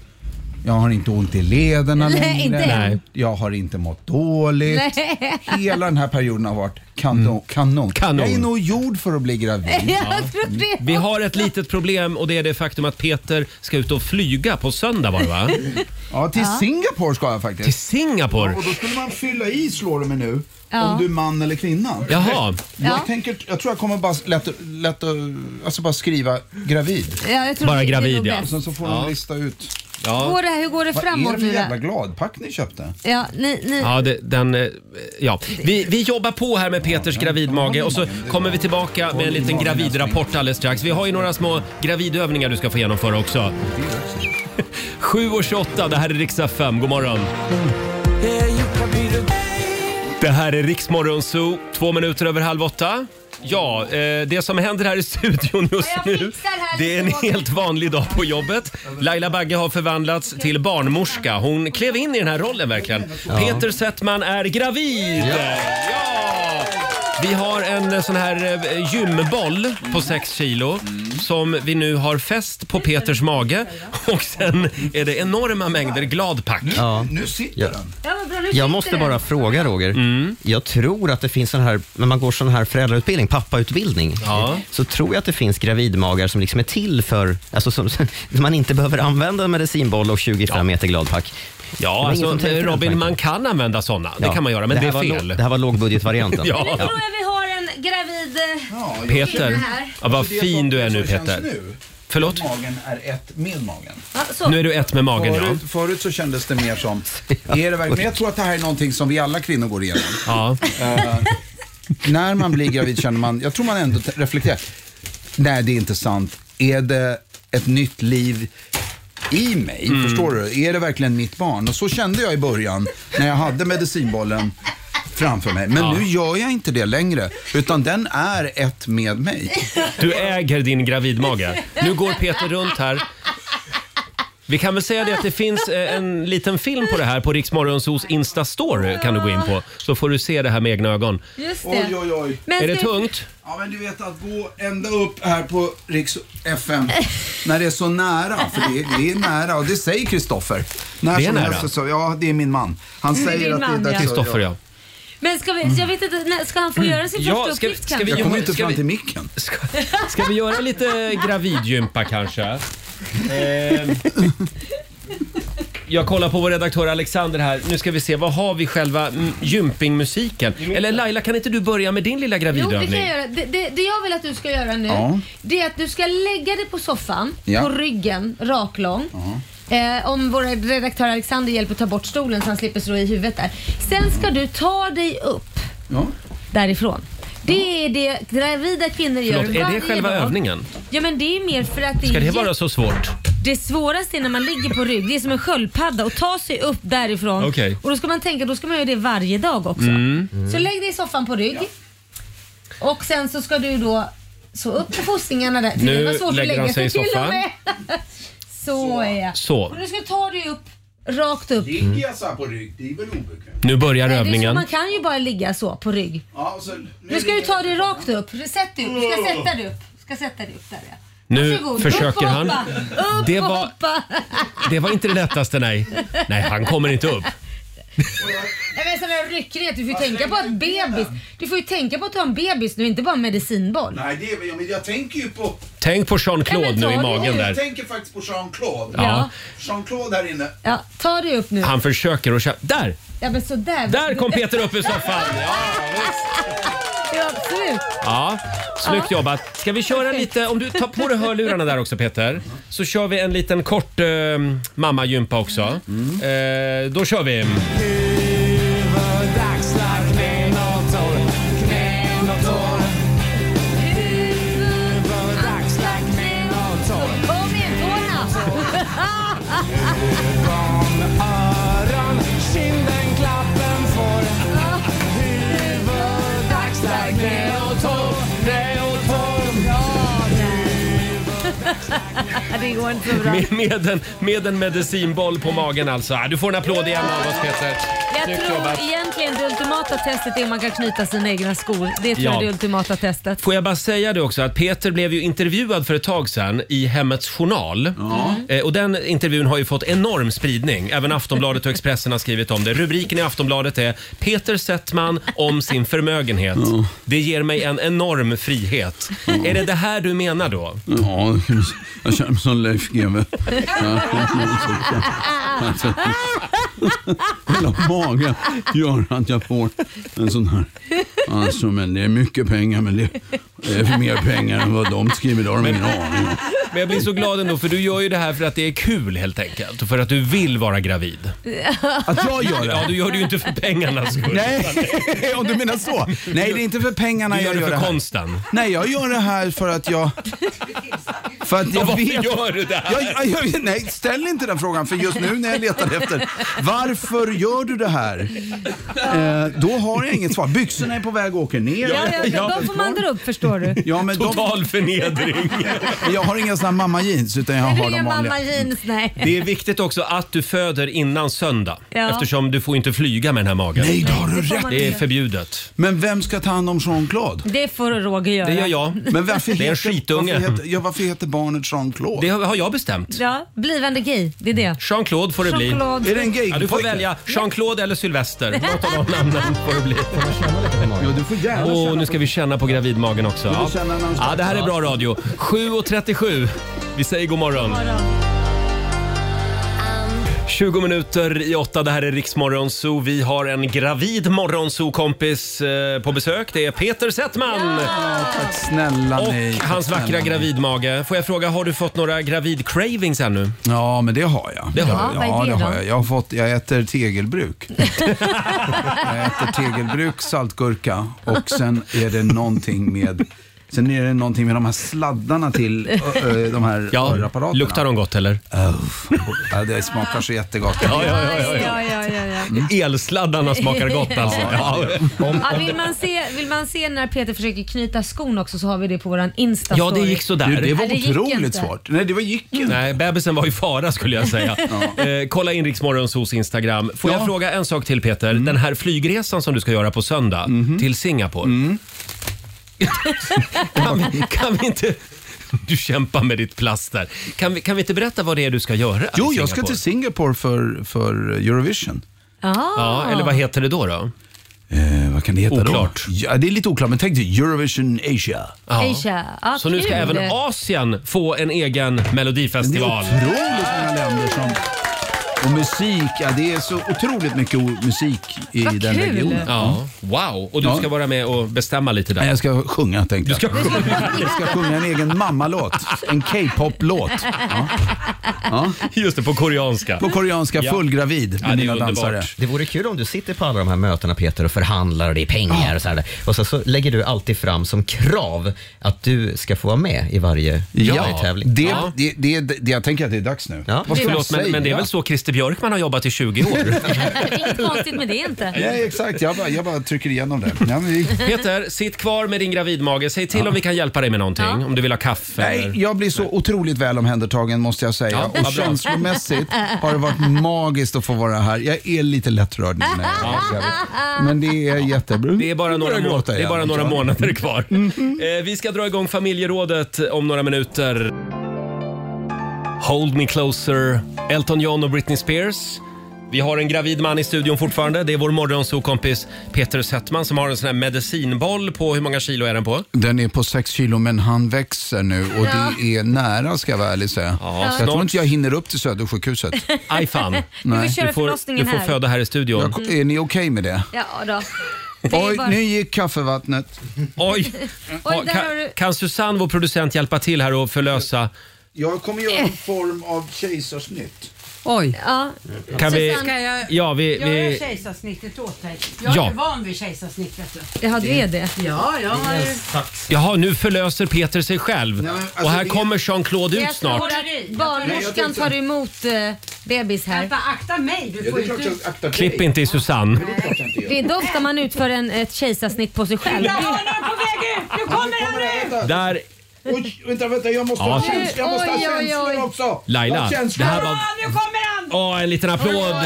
S9: jag har inte ont i lederna
S2: Nej,
S9: längre.
S2: inte än. Nej.
S9: Jag har inte mått dåligt.
S2: Nej.
S9: Hela den här perioden har varit kanon. kanon.
S1: Mm. Kanon.
S9: Jag är nog gjord för att bli gravid.
S2: Jag tror det.
S1: Vi har ett litet problem och det är det faktum att Peter ska ut och flyga på söndag var det va?
S9: Ja, till Singapore ska jag faktiskt.
S1: Till Singapore.
S9: Och då skulle man fylla i, slår det mig nu,
S2: Ja.
S9: om du är man eller kvinna.
S1: Jaha.
S9: Jag,
S2: Ja.
S9: tänker, jag tror jag kommer bara lätt, lätt att alltså bara skriva gravid.
S2: Ja, jag tror
S1: Bara
S2: det är
S1: gravid,
S2: nog
S1: ja.
S2: bäst.
S9: Sen så får de lista ut.
S1: Ja.
S2: Går det, hur går det
S9: Vad är
S2: framåt
S9: det för
S2: nu
S9: jävla
S2: då?
S9: gladpack ni köpte?
S2: Ja, ni, ni,
S1: Ja, det, den, eh, ja. Vi, vi jobbar på här med Peters gravidmage och så kommer vi tillbaka med en liten gravidrapport alldeles strax. Vi har ju några små gravidövningar du ska få genomföra också. 7.28, det här är riksdag 5. God morgon. Det här är Riksmorgon Zoo, två minuter över halv åtta. Ja, eh, det som händer här i studion just
S2: Ja, jag
S1: nu,
S2: fixar här
S1: det är en
S2: lite Roger.
S1: helt vanlig dag på jobbet. Laila Bagge har förvandlats till barnmorska. Hon klev in i den här rollen verkligen. Peter Settman är gravid! Ja! Vi har en eh, sån här eh, gymboll på 6 kilo som vi nu har fäst på Peters mage och sen är det enorma mängder gladpack.
S6: Ja.
S9: Nu sitter
S6: Ja.
S9: den.
S2: ja, vad bra, nu sitter
S6: Jag måste
S2: den.
S6: bara fråga Roger.
S1: Mm.
S6: Jag tror att det finns sån här, när man går sån här föräldrautbildning, pappautbildning,
S1: Ja.
S6: så tror jag att det finns gravidmagar som liksom är till för, alltså som, man inte behöver använda en medicinboll och 25 meter gladpack. Det
S1: Ja,
S6: var ingen
S1: alltså,
S6: som tänkte den
S1: Robin,
S6: tanken.
S1: man kan använda sådana. Det
S6: Ja.
S1: kan man göra, men det,
S6: här
S1: är
S6: var
S1: fel.
S6: lå- Det här var lågbudgetvarianten.
S2: Nu
S1: Ja.
S2: tror jag vi har en gravid... eh,
S9: Ja, jag-
S1: Peter,
S2: här.
S1: ja, vad
S9: Det är
S1: fin du är nu
S9: som känns
S1: Peter.
S9: Nu.
S1: Förlåt?
S9: Magen är ett med magen.
S2: Ja, så.
S1: Nu är du ett med magen ja.
S9: Förut, förut så kändes det mer som, är det verkligen, men jag tror att det här är någonting som vi alla kvinnor går igenom.
S1: ja.
S9: När man blir gravid känner man, jag tror man ändå t- reflekterar, nej det är inte sant. Är det ett nytt liv i mig?
S1: Mm.
S9: Förstår du? Är det verkligen mitt barn? Och så kände jag i början när jag hade medicinbollen framför mig. Men nu gör jag inte det längre, utan den är ett med mig.
S1: Du äger din gravidmage. Nu går Peter runt här. Vi kan väl säga det att det finns eh, en liten film på det här på Riksmorgonsos Insta-story kan du gå in på. Så får du se det här med egna ögon.
S2: Just det.
S9: Oj, oj, oj.
S2: Men
S1: Är det
S2: ska-
S1: tungt?
S9: Ja, men du vet att gå ända upp här på Riks FM när det är så nära, för det är, det är nära och det säger Kristoffer. När
S1: Det är
S9: som
S1: nära.
S9: helst så, ja det är min man. Han säger
S2: din
S9: att
S2: man,
S9: det är
S2: ja.
S9: dags att-
S1: Kristoffer ja.
S2: Men ska vi, jag vet inte, när- ska han få göra sin
S1: Mm. Ja,
S2: första
S1: ska vi-
S2: uppgift
S1: ska vi-
S2: kanske?
S9: Jag kommer
S1: Jo,
S9: inte
S1: ska
S9: fram
S1: vi-
S9: till micken.
S1: Ska, ska vi göra lite gravidgympa kanske? Ehm, jag kollar på vår redaktör Alexander här. Nu ska vi se, vad har vi själva mm, gympingmusiken? Eller Laila, kan inte du börja med din lilla
S2: Jo, det
S1: gravidövning?
S2: kan jag göra. Det, det, det jag vill att du ska göra nu,
S9: Ja.
S2: det är att du ska lägga dig på soffan,
S9: Ja.
S2: på ryggen, raklång. Eh, om vår redaktör Alexander hjälper ta bort stolen så han slipper slå i huvudet där. Sen ska du ta dig upp
S9: Ja.
S2: därifrån. Det är det gravida kvinnor gör
S1: Förlåt, är
S2: varje
S1: det själva
S2: dag.
S1: övningen?
S2: Ja men det är mer för att det
S1: Ska
S2: är
S1: det vara så svårt?
S2: Det svåraste är när man ligger på rygg, det är som en sköldpadda och ta sig upp därifrån.
S1: Okej. Mm.
S2: Och då ska man tänka, då ska man göra det varje dag också. Så lägg dig i soffan på rygg. Och sen så ska du då så upp på fossingarna där.
S1: Nu
S2: Det var svårt att
S1: lägger han
S2: lägga
S1: sig i
S2: till och
S1: soffan.
S2: med. så ja.
S1: Så.
S2: Och nu ska du ta dig upp, rakt upp.
S9: Ligger jag så här på rygg, det är väl obekvämt?
S1: Nu börjar
S2: Nej, det är så,
S1: övningen.
S2: man kan ju bara ligga så på rygg.
S9: Ja, och så,
S2: Nu ska du ta dig rakt upp. Sätt dig upp. Du ska sätta dig upp. Ska sätta dig upp där ja.
S1: Nu
S2: Varsågod. upp
S1: försöker
S2: och
S1: han.
S2: hoppa. Upp
S1: Det
S2: och
S1: var-
S2: hoppa.
S1: Det var inte det lättaste, nej. Nej, han kommer inte upp.
S2: Nej men sån där ryckighet, du får ju tänka på att bebis, du får ju tänka på att du har en bebis nu, inte bara en medicinboll.
S9: Nej, det är, väl- ja, men jag tänker ju på...
S1: Tänk på
S2: Nej,
S1: Jean-Claude
S2: men
S1: nu
S2: ta
S1: i
S2: det.
S1: magen
S9: Jag
S1: där.
S9: tänker faktiskt på Jean-Claude.
S1: Ja.
S9: Jean-Claude här inne.
S2: Ja, ta dig upp nu.
S1: Han försöker och kö- Där!
S2: Ja men sådär.
S1: Där kom Peter upp ur soffan!
S2: Ja, absolut.
S1: Ja, snyggt jobbat. Ska vi köra lite, om du tar på dig hörlurarna där också Peter, så kör vi en liten kort eh, mammagympa också. Eh, då kör vi.
S3: Huvud, axlar, knän och tår. Knän och tår.
S2: det går inte så bra.
S1: Med, med, en, med en medicinboll på magen alltså. Ah, Du får en applåd igen av oss Peter.
S2: Jag
S1: Snyggt
S2: tror
S1: jobbat.
S2: egentligen det ultimata testet är om man kan knyta sina egna skor. Det tror
S1: Ja.
S2: jag är det ultimata testet.
S1: Får jag bara säga det också att Peter blev ju intervjuad för ett tag sedan i Hemmets Journal. Eh, Och den intervjun har ju fått enorm spridning. Även Aftonbladet och Expressen har skrivit om det. Rubriken i Aftonbladet är Peter Settman om sin förmögenhet. Det ger mig en enorm frihet. Är det det här du menar då?
S11: Ja, jag känner mig som Leif GW. Ja, alltså, Hela magen gör att jag får en sån här. Alltså, men det är mycket pengar, men det är mer pengar än vad de skriver. Det har de ingen aning om.
S1: Men jag blir så glad ändå för du gör ju det här för att det är kul helt enkelt. Och för att du vill vara gravid.
S9: Att jag gör det?
S1: Ja, du gör det ju inte för pengarnas skull.
S9: Nej, om du menar så. Nej, det är inte för pengarna
S1: Du gör
S9: jag
S1: det
S9: gör
S1: för
S9: det här.
S1: konsten.
S9: Nej, jag gör det här för att jag... För att jag
S1: Varför
S9: vet...
S1: gör du det här?
S9: Jag, jag, jag, nej, ställ inte den frågan för just nu när jag letar efter varför gör du det här? Eh, då har jag inget svar. Byxorna är på väg och åker ner.
S2: Ja, ja,
S1: ja,
S2: de får man dra upp förstår du.
S9: Ja, men de,
S1: Total förnedring.
S9: jag har inga såna mamma jeans utan jag
S2: Du
S9: har
S2: är
S9: de
S2: mamma
S9: vanliga.
S2: jeans, nej.
S1: Det är viktigt också att du föder innan söndag.
S2: Ja.
S1: Eftersom du får inte flyga med den här magen.
S9: Nej, det har du
S2: Det får
S9: rätt
S2: man
S1: Det är
S2: inte.
S1: förbjudet.
S9: Men vem ska ta hand om Jean-Claude?
S2: Det får Roger göra.
S1: Det gör jag.
S9: Men varför
S1: Det är en
S9: heter-
S1: skitunge.
S9: Varför heter, ja, varför heter barnet Jean-Claude?
S1: Det har jag bestämt.
S2: Ja, blivande gay, det är det.
S1: Jean-Claude får det bli.
S9: Är det en gay
S1: Ja, du får välja Jean-Claude eller Sylvester. Något av de namnen får det bli.
S9: Ja, du får gärna
S1: Och
S9: känna
S1: nu ska vi känna på gravidmagen också.
S9: Du
S1: Ja.
S9: vill känna någon slags-
S1: ja, det här är bra radio. 7.37. Vi säger god morgon. 20 minuter i åtta, det här är Riksmorgonzoo. Vi har en gravid morgonzoo-kompis eh, på besök. Det är Peter Settman!
S9: Tack snälla
S1: Och
S9: nej. tack
S1: hans vackra
S9: snälla.
S1: gravidmage. Får jag fråga, har du fått några gravid-cravings ännu?
S9: Ja, men det har jag.
S1: Det har
S2: du. Vad
S9: jag. Ja,
S2: är
S9: det
S2: det
S9: har
S2: då?
S9: jag. Jag, har fått, jag äter tegelbruk. jag äter tegelbruk, saltgurka och sen är det någonting med Sen är det någonting med de här sladdarna till ö, ö, de här
S1: Ja,
S9: hörapparaterna.
S1: luktar de gott eller?
S9: Ja, det smakar så jättegott.
S2: Ja, ja, ja, ja, ja.
S9: Mm.
S1: Elsladdarna smakar gott alltså. Ja,
S2: Ja, vill, man se, vill man se när Peter försöker knyta skon också så har vi det på våran insta
S1: ja det gick
S9: Du,
S1: sådär.
S9: det var
S2: Nej, det gick
S9: otroligt
S2: inte.
S9: svårt. Nej, det var gick inte.
S1: Nej, bebisen var i fara skulle jag säga. eh, kolla in Riksmorgonsos Instagram. Får jag
S9: Ja. Mm.
S1: fråga en sak till Peter? Den här flygresan som du ska göra på söndag till Singapore.
S9: Mm.
S1: kan, vi, kan vi inte... Du kämpar med ditt plaster. Kan vi, kan vi inte berätta vad det är du ska göra? i
S9: Jo, jag ska
S1: Singapore?
S9: till Singapore för, för Eurovision.
S2: Ah.
S1: Ja, eller vad heter det då? då?
S9: Eh, vad kan det heta
S1: Oklart.
S9: då? Ja, det är lite oklart, men tänk dig Eurovision Asia.
S1: Ja.
S2: Asia. Ah,
S1: Så nu ska
S2: kul.
S1: även Asien få en egen
S9: Det är
S1: melodifestival.
S9: otroligt många länder som... Och musik, ja, det är så otroligt mycket o- musik i
S2: Vad
S9: den
S2: kul.
S9: regionen.
S1: Ja, wow! Och du
S9: Ja.
S1: ska vara med och bestämma lite
S9: Nej,
S1: där.
S9: jag ska sjunga tänkte jag.
S1: Du ska sjunga.
S9: Jag ska sjunga en egen mammalåt. En K-pop-låt. Ja.
S1: Just det, på koreanska.
S9: På koreanska,
S1: Ja.
S9: fullgravid med
S1: Ja, det är
S9: mina
S1: underbart.
S9: dansare.
S6: Det vore kul om du sitter på alla de här mötena Peter och förhandlar och det är pengar och så här. där. Och så, så lägger du alltid fram som krav att du ska få vara med i varje, i varje tävling.
S9: det,
S1: Ja.
S9: Det, det, det, jag tänker att det är dags nu.
S6: Ja.
S9: Vad ska
S1: Förlåt,
S9: man
S1: men,
S9: säga?
S1: men det är väl så Christer Björkman har jobbat i 20 år?
S2: Det är inget konstigt med det inte.
S9: Nej, exakt. Jag bara, jag bara trycker igenom det. Ja, men vi...
S1: Peter, sitt kvar med din gravidmage. Säg till om vi kan hjälpa dig med någonting.
S2: Ja.
S1: Om du vill ha kaffe
S9: Nej,
S1: eller...
S9: jag blir så otroligt väl omhändertagen måste jag säga.
S1: Ja, vad bra.
S9: och känslomässigt har det varit magiskt att få vara här. Jag är lite lättrörd nu när jag är gravid. Men det är jättebra.
S1: Det är bara några,
S9: Jag börjar
S1: må-
S9: gråta
S1: det är
S9: igen. Mm.
S1: bara några månader kvar. Eh, vi ska dra igång familjerådet om några minuter. Hold me closer, Elton John och Britney Spears. Vi har en gravid man i studion fortfarande. Det är vår morgonsokompis Peter Settman som har en sån här medicinboll på, hur många kilo är den på?
S9: Den är på 6 kilo men han växer nu och det är nära ska jag vara ärlig säga.
S1: Ja,
S9: Så jag tror
S1: snart.
S9: inte jag hinner upp till Södersjukhuset.
S1: Aj fan.
S2: Du
S9: Nej.
S2: får köra
S1: Du får, du
S2: förlossningen
S1: får
S2: här.
S1: föda här i studion.
S9: Jag, är ni okej med det?
S2: Ja då. Det är
S9: Oj,
S2: bara-
S9: nu gick kaffevattnet.
S1: Oj! Ja,
S2: där
S1: kan,
S2: har du-
S1: kan Susanne, vår producent, hjälpa till här och förlösa?
S9: Jag kommer göra en form av kejsarsnitt.
S5: Oj.
S2: Ja,
S1: Kan vi...
S2: Susanne.
S5: Ska jag
S1: Ja, vi...
S5: göra
S1: vi
S5: kejsarsnittet åt dig?
S1: Eh,
S5: Jag är
S1: Ja.
S5: ju van vid kejsarsnitt vet du.
S2: ja du är det.
S5: Ja, jag har ju...
S1: jaha, nu förlöser Peter sig själv.
S9: men alltså,
S1: och här
S9: det-
S1: kommer Jean-Claude ut
S2: Jag
S1: snart.
S2: tror att barnmorskan tar emot eh, bebis här.
S5: Vänta, akta mig. Du får inte...
S9: aktar
S1: Klipp inte i Susanne.
S2: Det är inte ofta man utför en, ett kejsarsnitt på sig själv.
S5: Där har ni på väg ut! Nu kommer han ut!
S1: Där
S9: Oj, vänta, vänta, jag måste
S1: Ja.
S9: ha känslor, jag måste ha
S3: Oj, oj, oj.
S9: känslor också. Jag
S1: Laila,
S9: har
S1: det
S9: känslor.
S1: här var...
S2: Nu kommer han!
S1: Åh, en liten applåd!
S2: Där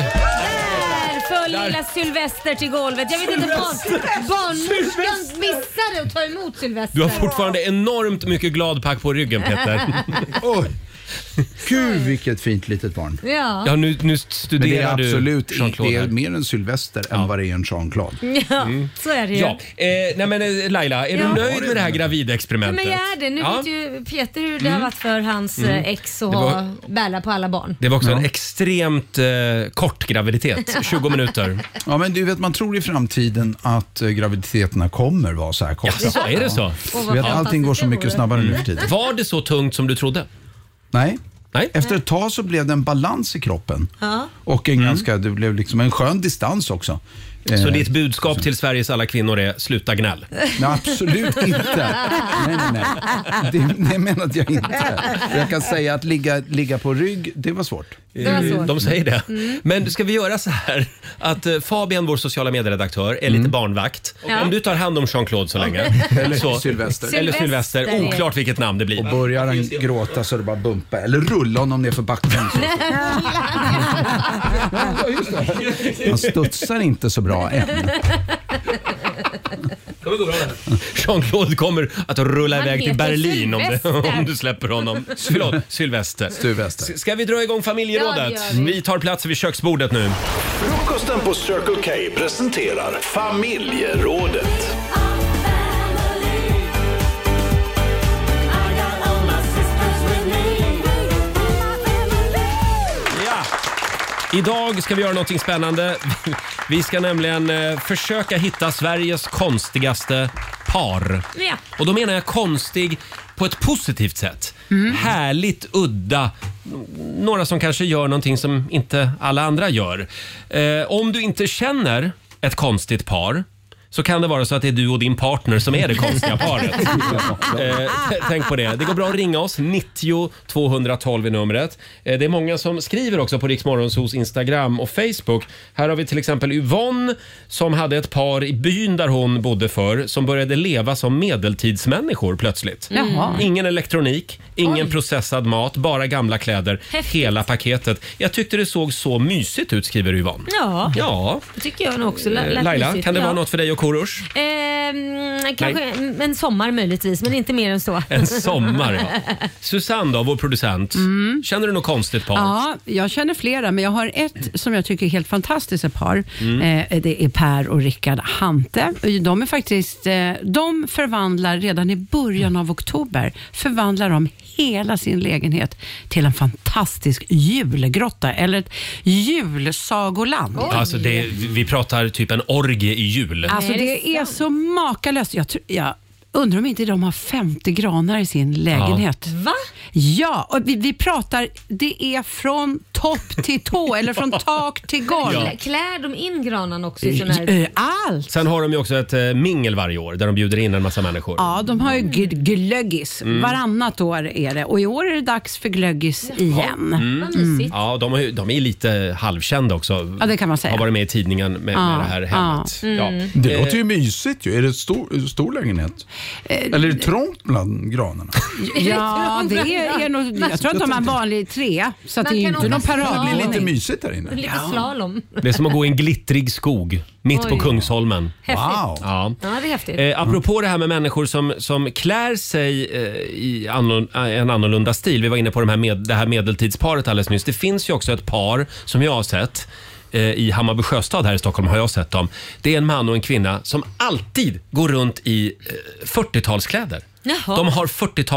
S2: föll lilla Sylvester till golvet. Jag vet inte, barn,
S3: Sylvester!
S2: barnmorskan missade att ta emot Sylvester.
S1: Du har fortfarande enormt mycket gladpack på ryggen Peter.
S9: Oj. Gud vilket fint litet barn.
S2: Ja.
S1: Ja, nu, nu
S9: Men det är
S1: studerar du
S9: absolut
S1: Jean-Claude
S9: det är
S1: här.
S9: mer en Sylvester än vad det är en Jean-Claude.
S2: Ja, så är det ju.
S1: Mm. Ja, eh, nej men eh, Laila, är
S2: Ja.
S1: du nöjd med det här
S2: Ja,
S1: gravidexperimentet?
S2: men jag är det. Nu vet ju Peter hur det har varit för hans
S1: Mm.
S2: eh, ex att
S1: Det var-
S2: ha bära på alla barn.
S1: Det var också en extremt eh, kort graviditet, 20 minuter.
S9: Ja, men du vet, man tror i framtiden att eh, graviditeterna kommer vara så här korta.
S1: Jaså, är det så?
S9: Ja.
S1: Åh, vad
S9: Du vet,
S1: fantastiskt
S9: allting går så
S1: det
S9: mycket
S1: vore.
S9: snabbare nu
S1: Mm.
S9: för tiden.
S1: Var det så tungt som du trodde?
S9: Nej.
S1: Nej.
S9: Efter ett tag så blev det en balans i kroppen.
S2: Ja.
S9: Och en ganska, det blev liksom en skön distans också.
S1: Mm. Så
S9: Eh,
S1: ditt budskap till Sveriges alla kvinnor är sluta gnäll?
S9: Nej, absolut inte. Nej, nej, nej. Det, det menar jag inte. Jag kan säga att ligga, ligga på rygg, det var svårt.
S2: Det var svårt.
S1: De säger det.
S2: Mm.
S1: Men ska vi göra så här att eh, Fabian, vår sociala medieredaktör, är lite barnvakt.
S2: Ja.
S1: Om du tar hand om Jean-Claude så länge.
S9: Eller
S1: så,
S9: Sylvester.
S1: Eller
S9: Sylvester,
S1: Sylvester.
S9: ja.
S1: Oklart vilket namn det
S9: Och
S1: blir.
S9: börjar han gråta så är det bara bumpa. Eller rulla honom ner för backen. Han studsar inte så bra än.
S1: Jean-Claude kommer att rulla
S3: Han
S1: iväg till
S3: heter
S1: Berlin om, det,
S3: Sylvester.
S1: om du släpper honom. Förlåt, Sylvester. S- Ska vi dra igång
S3: Ja,
S1: familjerådet?
S3: det gör vi.
S1: vi tar plats vid köksbordet nu.
S3: Frukosten på Circle K presenterar familjerådet.
S1: Idag ska vi göra någonting spännande. Vi ska nämligen eh, försöka hitta Sveriges konstigaste par.
S2: Ja.
S1: Och då menar jag konstig på ett positivt sätt. Härligt, udda. Några som kanske gör någonting som inte alla andra gör. Eh, om du inte känner ett konstigt par så kan det vara så att det är du och din partner som är det konstiga paret. Eh, t- tänk på det. Det går bra att ringa oss. 90 212 är numret. Eh, det är många som skriver också på Riksmorgonsos Instagram och Facebook. Här har vi till exempel Yvonne som hade ett par i byn där hon bodde för som började leva som medeltidsmänniskor plötsligt.
S3: Jaha.
S1: Ingen elektronik, ingen
S3: Oj.
S1: processad mat, bara gamla kläder.
S2: Häftigt.
S1: Hela paketet. Jag tyckte det såg så mysigt ut skriver Yvonne.
S2: Ja.
S1: Ja.
S2: Det tycker jag nog också. lät-
S1: Eh,
S2: lät
S1: Laila,
S2: mysigt.
S1: kan det
S2: Ja.
S1: vara något för dig och Korosh?
S2: Ehm, kanske en sommar möjligtvis, men inte mer än så.
S1: En sommar, ja. Susanne då, vår producent.
S5: Mm.
S1: Känner du något konstigt par?
S5: Ja, jag känner flera, men jag har ett som jag tycker är helt fantastiskt ett par.
S1: Mm.
S5: Eh, det är Per och Rickard Hante. De är faktiskt, eh, de förvandlar redan i början av oktober, förvandlar de hela sin lägenhet till en fantastisk julgrotta, eller ett julsagoland.
S1: Alltså det, vi pratar typ en orgie i jul.
S5: Alltså det är så makalöst. Jag, tror, jag undrar om inte de har 50 granar i sin lägenhet.
S2: Ja. Va?
S5: Ja, och vi, vi pratar, det är från topp till tå eller från tak till golv.
S1: Ja.
S2: Klär de in granen också i sån
S5: Eh,
S2: här...
S5: Allt!
S1: Sen har de ju också ett eh, mingel varje år där de bjuder in en massa människor.
S5: Ja, de har ju gl- glöggis.
S1: Mm.
S5: Varannat år är det och i år är det dags för glöggis igen.
S1: Ja, de, har, ju- de är lite halvkända också.
S5: Ja, det kan man säga.
S1: Har varit med i tidningen med, med
S5: Ja,
S1: det här hemmet.
S5: ja. Mm.
S9: Det
S1: Eh,
S9: låter ju mysigt ju. Är det en stor, stor lägenhet? Eller är det trångt bland granarna?
S5: Ja, det är, är nog, jag tror att de har en vanlig trea, så att
S2: Man
S5: det är ju
S2: kan
S5: inte
S2: åka
S5: någon
S2: slalom.
S5: paradning.
S2: Det blir lite
S9: mysigt där
S2: Lite slalom.
S1: Det är som att gå i en glittrig skog mitt på
S2: Oj.
S1: Kungsholmen.
S2: Häftigt.
S1: Ja.
S2: Ja, det är häftigt.
S1: Eh, apropå det här med människor som, som klär sig eh, i anno, eh, en annorlunda stil. Vi var inne på de här med, det här medeltidsparet alldeles nyss. Det finns ju också ett par som jag har sett eh, i Hammarby sjöstad här i Stockholm har jag sett dem. Det är en man och en kvinna som alltid går runt i eh, 40-talskläder.
S2: Jaha.
S1: De har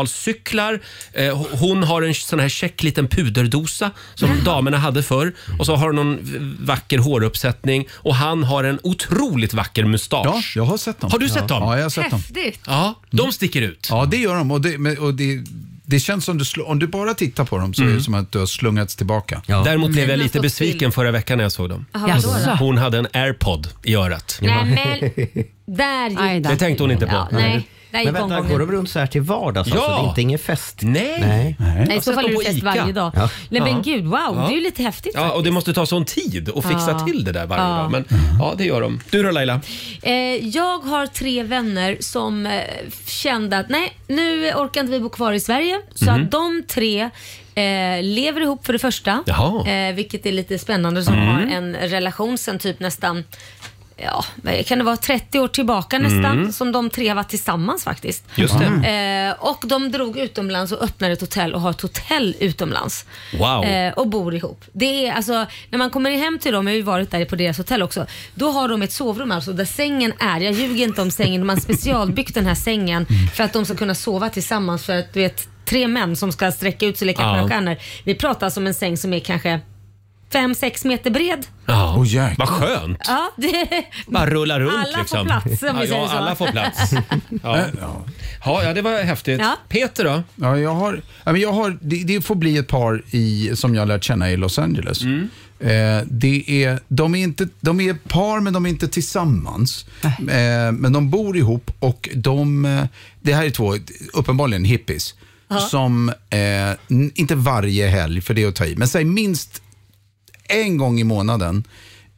S1: 40-talscyklar. Eh, ho- hon har en sån här käck liten puderdosa som damerna hade förr. Och så har hon någon v- vacker håruppsättning och han har en otroligt vacker mustasch. Ja,
S9: jag har sett dem.
S1: Har du sett
S9: Ja.
S1: dem?
S9: Ja, jag har sett dem.
S2: Häftigt.
S1: Ja, de sticker ut.
S9: Mm. Ja, det gör de. Och det, men- och det, det känns som du, sl- om du bara tittar på dem så
S1: Mm.
S9: är det som att du har slungats tillbaka.
S1: Däremot blev jag
S9: Mm.
S1: lite besviken förra veckan när jag såg dem.
S9: Jaha, vadå då?
S1: Hon hade en airpod i örat.
S9: Nej,
S2: Där gick
S5: Aj då.
S1: Det tänkte hon inte på.
S2: Ja, nej. Där gick
S6: Men vänta,
S2: omgången.
S6: går de runt så här till vardags? Ja. Alltså,
S1: Ja.
S6: det är inte ingen fest?
S1: Nej.
S2: Nej, i så fall är det fest varje dag.
S6: Ja.
S2: Nej, men
S1: Ja.
S2: gud, wow,
S1: Ja.
S2: det är ju lite häftigt
S1: Ja, och det måste ta sån tid att fixa
S2: Ja.
S1: till det där varje
S2: Ja.
S1: dag. Men
S9: Mm.
S1: ja, det gör de. Du då Laila?
S2: Eh, jag har tre vänner som eh, kände att nej, nu orkar inte vi bo kvar i Sverige. Så
S12: Mhm.
S2: att de tre eh, lever ihop för det första,
S12: Jaha.
S2: eh, vilket är lite spännande som
S12: Mm.
S2: har en relation sen typ nästan Ja, vad kan det vara 30 år tillbaka
S12: Mm.
S2: nästan som de tre har varit tillsammans faktiskt.
S12: Just
S9: Mm.
S2: Eh, och de drog utomlands och öppnade ett hotell och har ett hotell utomlands.
S12: Wow.
S2: Eh, och bor ihop. Det är alltså, när man kommer hem till dem, jag har ju varit där på deras hotell också, då har de ett sovrum alltså där sängen är, jag ljuger inte om sängen, de har specialbyggt den här sängen för att de ska kunna sova tillsammans för att du vet, tre män som ska sträcka ut sig och leka
S12: Ja.
S2: stjärnor. Vi pratar som en säng som är kanske 5-6 meter bred.
S1: Ja. Vad skönt!
S2: Ja, det,
S1: Bara rulla runt
S2: Alla får
S1: liksom.
S2: plats, om vi
S1: ja,
S2: säger
S1: ja,
S2: så.
S1: alla får plats. Ja. Ja, ja, det var häftigt.
S2: Ja.
S1: Peter då?
S9: Ja, jag har, ja, men jag har, det, det får bli ett par i, som jag har lärt känna i Los Angeles. Eh, det är, de, är inte, de är ett par men de är inte tillsammans. Eh, men de bor ihop och de, eh, det här är två, uppenbarligen hippies,
S11: Ja.
S9: som, eh, n- inte varje helg för det är att ta i, men säg minst en gång i månaden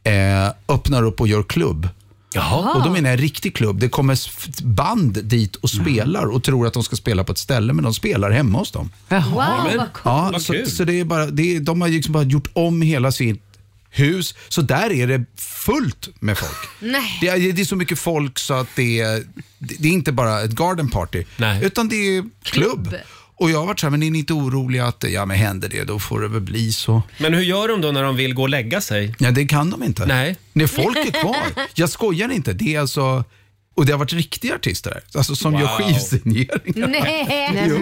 S9: eh, öppnar upp och gör klubb.
S2: Ah.
S1: Jaha.
S9: Och då menar jag riktig klubb. Det kommer f- band dit och
S2: Mm.
S9: spelar och tror att de ska spela på ett ställe, men de spelar hemma hos dem.
S2: Wow, men- vad coolt.
S9: ja,
S2: Vad
S9: så,
S2: kul.
S9: så det är bara, det är, de har liksom bara gjort om hela sitt hus, så där är det fullt med folk.
S2: nej.
S9: Det är, det är så mycket folk så att det är, det är inte bara ett garden party, utan det är klubb.
S2: Klubb.
S9: Och jag har varit så här, men är ni inte oroliga att ja, men händer det, då får det väl bli så.
S1: Men hur gör de då när de vill gå och lägga sig?
S9: Ja, det kan de inte.
S1: Nej.
S9: Nej, folk är kvar. Jag skojar inte. Det är alltså, och det har varit riktiga artister där, alltså som
S1: Wow. Mm.
S9: gör skivsigneringar.
S2: Nej.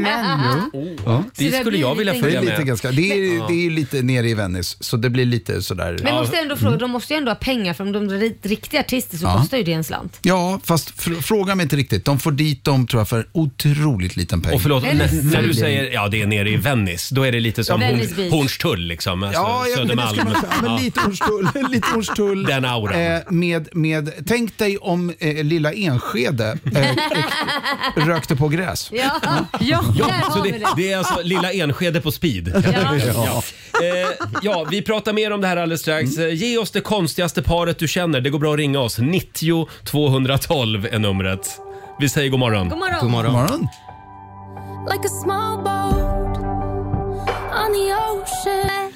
S9: Jo. Ja.
S1: Det skulle jag vilja följa
S9: det är lite
S1: med.
S9: ganska, det, är,
S1: Ja.
S9: det är lite nere i Venice, så det blir lite sådär.
S2: Men måste jag ändå fråga, de måste ju ändå ha pengar för om de är ri- riktiga artister så
S9: Ja.
S2: kostar ju det en slant.
S9: Ja, fast fr- fråga mig inte riktigt. De får dit dem tror jag för en otroligt liten peng.
S1: Och förlåt,
S2: Eller
S1: när,
S2: hur?
S1: när du säger ja det är nere i Venice, då är det lite som
S9: Ja,
S1: Horn,
S9: Venice Beach.
S1: Hornstull liksom. Alltså,
S9: Ja, ja, men det ska
S1: Södermalm.
S9: man säga. Ja, men lite Hornstull. Lite Hornstull.
S1: Den auran.
S9: Eh, med, med, tänk dig om eh, lilla Enskede eh, rökte på gräs.
S2: Ja,
S5: ja.
S1: Ja,
S2: där
S1: så
S2: har vi
S1: det,
S2: det.
S1: det är alltså lilla Enskede på speed. Ja. Ja. Eh, ja, vi pratar mer om det här alldeles strax.
S9: Mm.
S1: Eh, Ge oss det konstigaste paret du känner. Det går bra att ringa oss. 90 212 är numret. Vi säger god morgon.
S12: God morgon. God morgon.
S9: God morgon.
S12: Like a small boat on the ocean.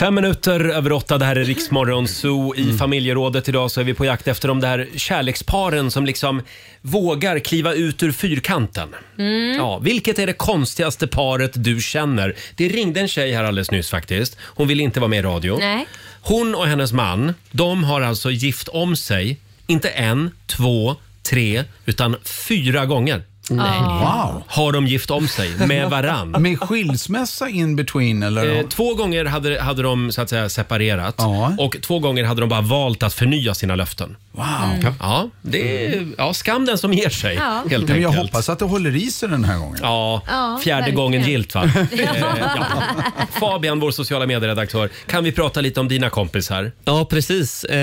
S1: Fem minuter över åtta, det här är Riksmorgon Zoo. I
S12: Mm.
S1: familjerådet idag så är vi på jakt efter de där kärleksparen som liksom vågar kliva ut ur fyrkanten.
S12: Mm.
S1: Ja, vilket är det konstigaste paret du känner? Det ringde en tjej här alldeles nyss faktiskt. Hon ville inte vara med i radio.
S12: Nej.
S1: Hon och hennes man, de har alltså gift om sig, inte en, två, tre, utan fyra gånger.
S12: Nej.
S9: Wow.
S1: Har de gift om sig med varann.
S9: Med skilsmässa in between eller?
S1: Eh, två gånger hade, hade de så att säga separerat och två gånger hade de bara valt att förnya sina löften.
S9: Wow.
S1: Ja, det är, ja, skam den som ger sig
S9: Ja.
S1: helt
S9: Ja,
S1: enkelt.
S9: men jag hoppas att det håller i sig den här gången.
S1: Ja,
S9: Ja,
S1: fjärde
S9: verkligen.
S1: gången gillt va?
S9: Ja.
S1: Eh, ja. Fabian, vår sociala medieredaktör, kan vi prata lite om dina kompisar?
S7: Ja, precis. Eh,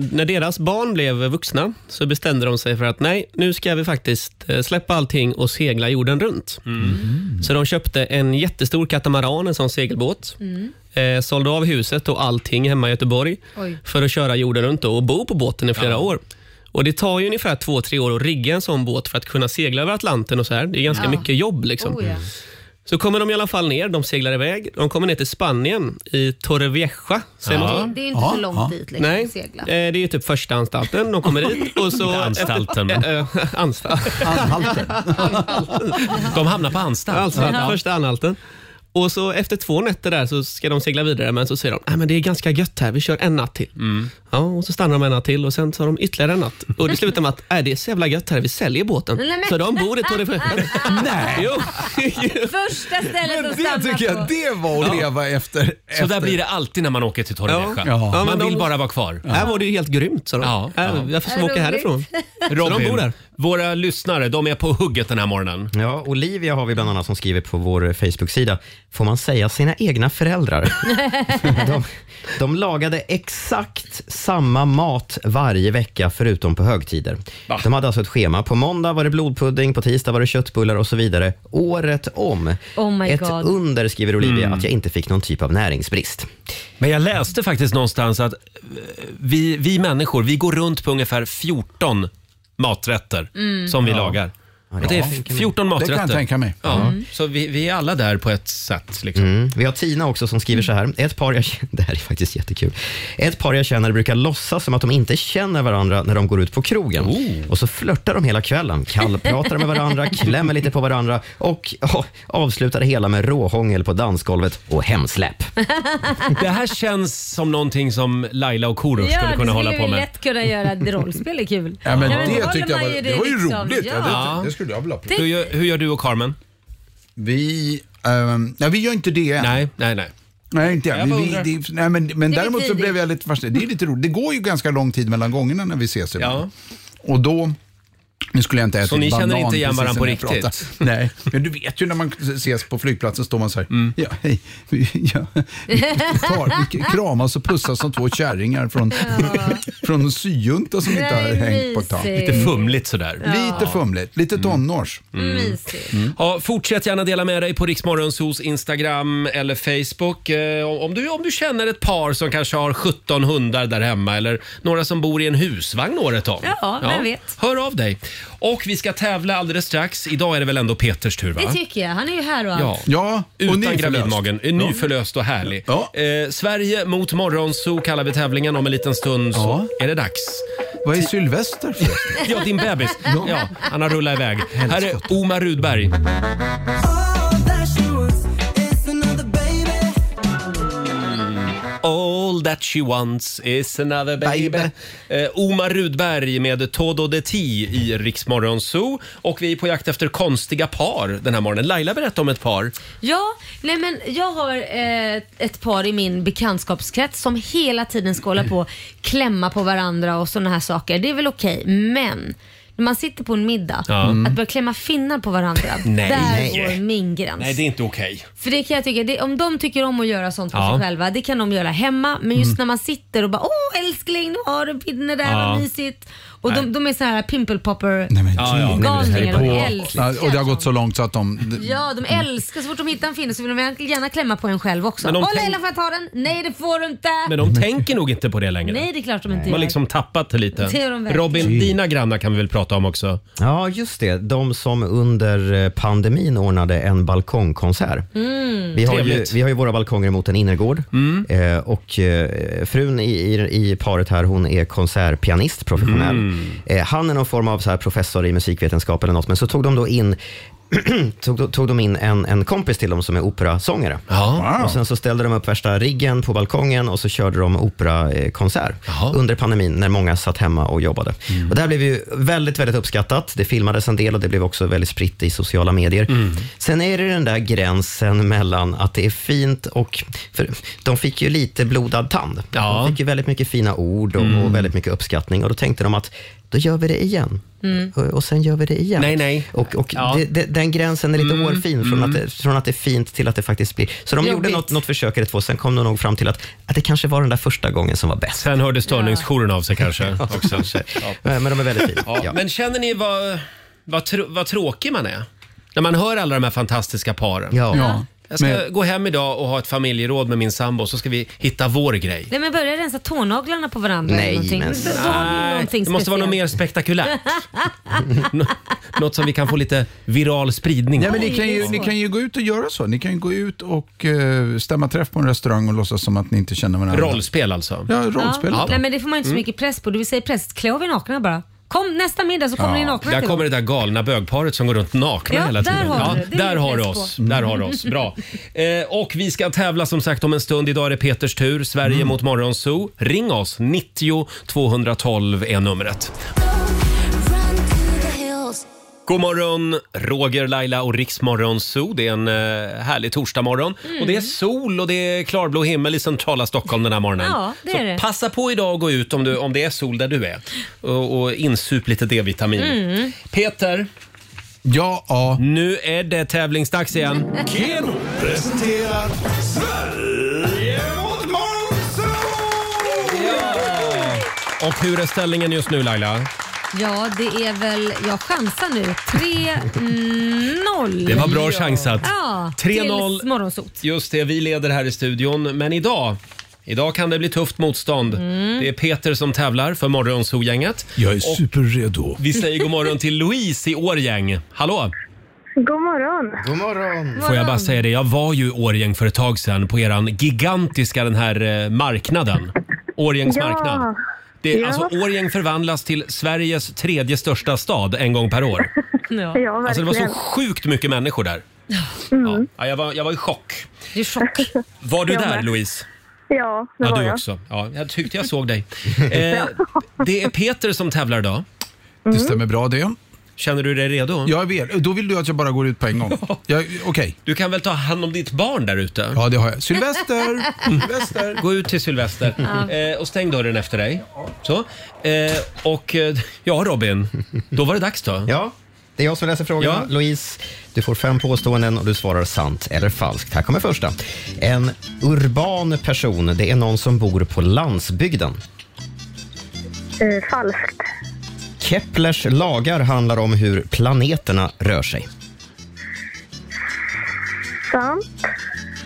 S7: när deras barn blev vuxna så bestämde de sig för att nej, nu ska vi faktiskt eh, släppa allting och segla jorden runt.
S12: Mm.
S7: Så de köpte en jättestor katamaran, en sån segelbåt.
S12: Mm.
S7: Eh, sålde av huset och allting hemma i Göteborg
S12: Oj.
S7: för att köra jorden runt då och bo på båten i flera år. Och Det tar ju ungefär två, tre år att rigga en sån båt för att kunna segla över Atlanten och så här. Det är ganska
S12: Ja.
S7: mycket jobb. liksom.
S12: Oh, ja.
S7: Så kommer de i alla fall ner, de seglar iväg. De kommer ner till Spanien, i Torrevieja. säger
S12: Ja.
S7: man så?
S12: Det- det är ju inte så Ja, långt ja. dit, liksom,
S7: Nej,
S12: att segla.
S7: eh, det är ju typ första anstalten. De kommer dit och så...
S1: Anstalten.
S7: Eh, eh, Anstalt.
S1: De hamnar på anstalt.
S9: alltså,
S7: Anstalt,
S1: Ja.
S7: Första anhalten. Och så efter två nätter där så ska de segla vidare, men så säger de "Nej, men det är ganska gött här, vi kör en natt till.
S1: Mm.
S7: Ja, och så stannar de en natt till och sen tar de ytterligare en natt. Och det slutar med att "Nej, det är så jävla gött här, vi säljer båten.
S2: Nej, men-
S7: Så de bor i Torrevieja. Nej! Jo.
S2: Första stället att
S9: Det
S2: stanna
S9: tycker jag,
S2: på.
S9: det var att
S1: Ja.
S9: leva efter.
S1: Så där
S9: efter-
S1: blir det alltid när man åker till Torrevieja.
S9: Ja. Ja,
S1: Man
S9: men
S1: vill
S9: de-
S1: bara vara kvar.
S7: Här var det ju helt grymt, sa de.
S1: Ja,
S7: Här, Varför ska vi åka
S2: Roligt.
S7: härifrån? Så
S1: Robin,
S7: de bor där.
S1: Våra lyssnare, de är på hugget den här morgonen.
S6: Ja, Olivia har vi bland annat som skriver på vår Facebook-sida. Får man säga sina egna föräldrar? De, de lagade exakt samma mat varje vecka förutom på högtider. De hade alltså ett schema. På måndag var det blodpudding, på tisdag var det köttbullar och så vidare. Året om.
S2: Oh my
S6: ett
S2: God. Mm.
S6: under skriver Olivia att jag inte fick någon typ av näringsbrist.
S1: Men jag läste faktiskt någonstans att eh, vi, vi människor, vi går runt på ungefär 14 maträtter
S7: Mm.
S1: som vi
S7: Ja.
S1: lagar.
S7: Ja,
S1: Och det är
S7: det kan-
S1: 14
S7: det kan jag
S1: maträtter.
S7: tänka mig.
S1: Ja,
S7: Mm.
S1: Så vi, vi är alla där på ett sätt. Liksom.
S6: Mm. Vi har Tina också som skriver så här. Ett par jag, det här är faktiskt jättekul. Ett par jag känner brukar låtsas som att de inte känner varandra när de går ut på krogen. Och så flörtar de hela kvällen, kallpratar med varandra, klämmer lite på varandra och åh, avslutar det hela med råhångel på dansgolvet och hemsläpp.
S1: Det här känns som någonting som Laila och
S2: Ja,
S1: Korosh
S2: det
S1: skulle kunna hålla på
S2: vi
S1: med.
S2: lätt kunna göra. Rollspel är kul. Nej, då håller man ju liksom. Ja.
S9: skulle jag vilja prova.
S1: Hur, gör- hur gör du och Carmen?
S9: Vi, ehm, nej, vi gör inte det än.
S1: Nej, nej, nej.
S9: Nej, inte
S1: Jag
S9: än.
S1: bara
S9: Vi,
S1: undrar.
S9: vi, det, nej, men, men
S1: Det är
S9: däremot så
S1: tidigt.
S9: blev jag lite fascinerad. Det är lite roligt. Det går ju ganska lång tid mellan gångerna när vi ses ibland. Och då nu skulle jag inte äta
S1: Så ni
S9: banan
S1: känner inte igen
S9: precis
S1: varandra på
S9: när jag
S1: riktigt?
S9: pratar. Nej, men du vet ju när man ses på flygplatsen står man så här.
S1: Mm.
S9: Ja, hej. Vi, ja, vi, tar, vi kramas och pussas som två kärringar från, från en syjunta som inte har
S1: Nej,
S9: hängt på ett tag.
S1: Lite fumligt sådär.
S9: Lite fumligt, lite
S1: Mm.
S9: tonårs.
S1: Ja, Mm. fortsätt gärna dela med dig på Riksmorgonsos Instagram eller Facebook. Eh, om- om, du, om du känner ett par som kanske har 17 hundar där hemma eller några som bor i en husvagn året om.
S2: Ja, vem vet?
S1: Hör av dig. Och vi ska tävla alldeles strax. Idag är det väl ändå Peters tur va?
S2: Det tycker jag. Han är ju här och allt.
S1: Ja. Utan gravidmagen. Är Nyförlöst och härlig. Eh, Sverige mot Morgonzoo kallar vi tävlingen. Om en liten stund så är det dags.
S9: Vad är Sylvester för?
S1: ja, din bebis. Ja, han har rullat iväg. Här är Omar Rudberg. All that she wants is another baby. Eh, Omar Rudberg med Todo de Ti i Riksmorgon Zoo. Och vi är på jakt efter konstiga par den här morgonen. Laila berättade om ett par.
S2: Ja, nej men jag har eh, ett par i min bekantskapskrets som hela tiden ska hålla på klämma på varandra och sådana här saker. Det är väl okej, men när man sitter på en middag,
S1: Ja. Mm.
S2: att börja klämma finnar på varandra,
S1: Nej.
S2: där
S1: Nej.
S2: går min gräns.
S1: Nej, det är inte okej.
S2: För det kan jag tycka, det, om de tycker om att göra sånt för
S1: Ja.
S2: sig själva, det kan de göra hemma. Men just
S1: Mm.
S2: när man sitter och bara åh älskling, nu har du en pinne där,
S9: Ja.
S2: vad mysigt. Och
S9: Nej.
S2: de, de är så här pimple popper
S9: Nej,
S2: galningar.
S9: men det
S2: De
S9: här är
S2: älskar
S9: på- Och det har gått så långt så att de...
S2: Ja, de älskar så fort de hittar en finne så vill de egentligen gärna klämma på en själv också.
S1: Men
S2: Åh
S1: de tänk-
S2: Laila får jag ta den? Nej det får du inte.
S1: Men de tänker nog inte på det längre.
S2: Nej det är klart de inte
S1: De har
S2: gör.
S1: liksom tappat det
S2: Det
S1: lite.
S2: har de verkligen.
S1: Robin,
S2: Mm.
S1: dina grannar kan vi väl prata om också?
S6: Ja, just det. De som under eh, pandemin ordnade en balkongkonsert.
S2: Mm.
S6: Vi har, ju, vi har ju våra balkonger mot en innergård eh, och eh, frun i, i, i paret här hon är konsertpianist professionell. Eh, han är någon form av så här professor i musikvetenskap eller något, men så tog de då in tog, tog de in en, en kompis till dem som är operasångare.
S1: Ja.
S6: Och sen så ställde de upp värsta riggen på balkongen och så körde de operakonsert under pandemin när många satt hemma och jobbade.
S1: Mm.
S6: Och det här blev ju väldigt, väldigt uppskattat. Det filmades en del och det blev också väldigt spritt i sociala medier.
S1: Mm.
S6: Sen är det den där gränsen mellan att det är fint och... För de fick ju lite blodad tand. De fick ju väldigt mycket fina ord och,
S1: Mm.
S6: och väldigt mycket uppskattning och då tänkte de att då gör vi det igen. Och, och sen gör vi det igen.
S1: Nej, nej.
S6: Och, och det, det, den gränsen är lite
S1: Mm.
S6: hårfin från, att det, från att det är fint till att det faktiskt blir... Så de gjorde
S1: Jobbigt.
S6: något, något försök eller två, sen kom de nog fram till att, att det kanske var den där första gången som var bäst. Eh,
S1: Sen hörde störningsjouren av sig kanske. också.
S6: Men de är väldigt fina.
S1: Ja.
S6: Ja.
S1: Men känner ni vad, vad, tr- vad tråkig man är? När man hör alla de här fantastiska paren.
S6: Ja. Ja.
S1: Jag ska
S6: Men-
S1: gå hem idag och ha ett familjeråd med min sambo så ska vi hitta vår grej.
S2: Nej men börja rensa tånaglarna på varandra
S1: Nej,
S2: eller någonting.
S1: men-
S2: Då har ni
S1: Nej,
S2: Ah, någonting
S1: det måste vara något mer spektakulärt. Nå- något som vi kan få lite viral spridning
S9: Nej,
S1: av.
S9: men ni, kan ju, ni kan ju gå ut och göra så. Ni kan ju gå ut och eh, stämma träff på en restaurang och låtsas som att ni inte känner varandra.
S1: Rollspel alltså?
S9: Ja, rollspel.
S2: Ja. Nej men det får man inte så
S1: Mm.
S2: mycket press på. Du säger press, klä av er nakna bara. Kom nästa middag så kommer ni nakna
S1: Där
S2: till
S1: kommer
S2: oss.
S1: det där galna bögparet som går runt nakna
S2: Ja,
S1: hela
S2: där
S1: tiden.
S2: har du det. Det är
S1: där
S2: min
S1: har du
S2: press
S1: oss.
S2: på.
S1: Där har du oss. Bra. Eh, och vi ska tävla som sagt om en stund. Idag är det Peters tur. Sverige mot Morgonzoo. Ring oss. 90 212 är numret. God morgon, Roger, Laila och Riksmorgon Zoo. Det är en eh, härlig torsdagmorgon.
S2: Mm.
S1: Och det är sol och det är klarblå himmel i centrala Stockholm den här morgonen.
S2: Ja, det
S1: Så
S2: är det.
S1: passa på idag att gå ut om, du, om det är sol där du är och, och insup lite D-vitamin.
S2: Mm.
S1: Peter.
S9: Ja,
S1: Nu är det tävlingsdags igen.
S3: Keno presenterar Sverige mot Monzo!
S1: Och hur är ställningen just nu Laila?
S2: Ja, det är väl... Jag chansar nu. 3-0.
S1: Det var bra chansat.
S2: Ja,
S1: 3-0.
S2: tills morgonsot.
S1: Just det, vi leder här i studion. Men idag, idag kan det bli tufft motstånd.
S2: Mm.
S1: Det är Peter som tävlar för Morgonzoo-gänget.
S11: Jag är
S1: Och
S11: superredo.
S1: Vi säger god morgon till Louise i Årgäng. Hallå!
S13: God morgon.
S6: God morgon.
S1: Får jag bara säga det, jag var ju i Årgäng för ett tag sedan på eran gigantiska den här eh, marknaden. Årgängs
S13: Ja.
S1: marknad. Det,
S13: Ja.
S1: Alltså Årgäng förvandlas till Sveriges tredje största stad en gång per år.
S2: Ja,
S1: Alltså det var så
S13: verkligen.
S1: sjukt mycket människor där.
S13: Mm.
S1: Ja, jag, var, jag var i chock.
S2: Det är chock.
S1: Var du
S13: Jag
S1: där
S13: med.
S1: Louise?
S13: Ja, det
S1: Ja,
S13: var
S1: du
S13: jag.
S1: också. Ja, jag tyckte jag såg dig. Eh, det är Peter som tävlar idag.
S13: Mm.
S9: Det stämmer bra det.
S1: Känner du dig redo?
S9: Jag är väl. Då vill du att jag bara går ut på en gång? Jag- Okej.
S1: Du kan väl ta hand om ditt barn där ute?
S9: Ja, det har jag. Sylvester! Sylvester!
S1: Gå ut till Sylvester
S9: Ja.
S1: eh, och stäng dörren efter dig. Så. Eh, och eh, ja, Robin. Då var det dags då.
S6: Ja, det är jag som läser frågorna. Louise, du får fem påståenden och du svarar sant eller falskt. Här kommer första. En urban person, det är någon som bor på landsbygden.
S13: Eh, falskt.
S6: Keplers lagar handlar om hur planeterna rör sig.
S13: Sant.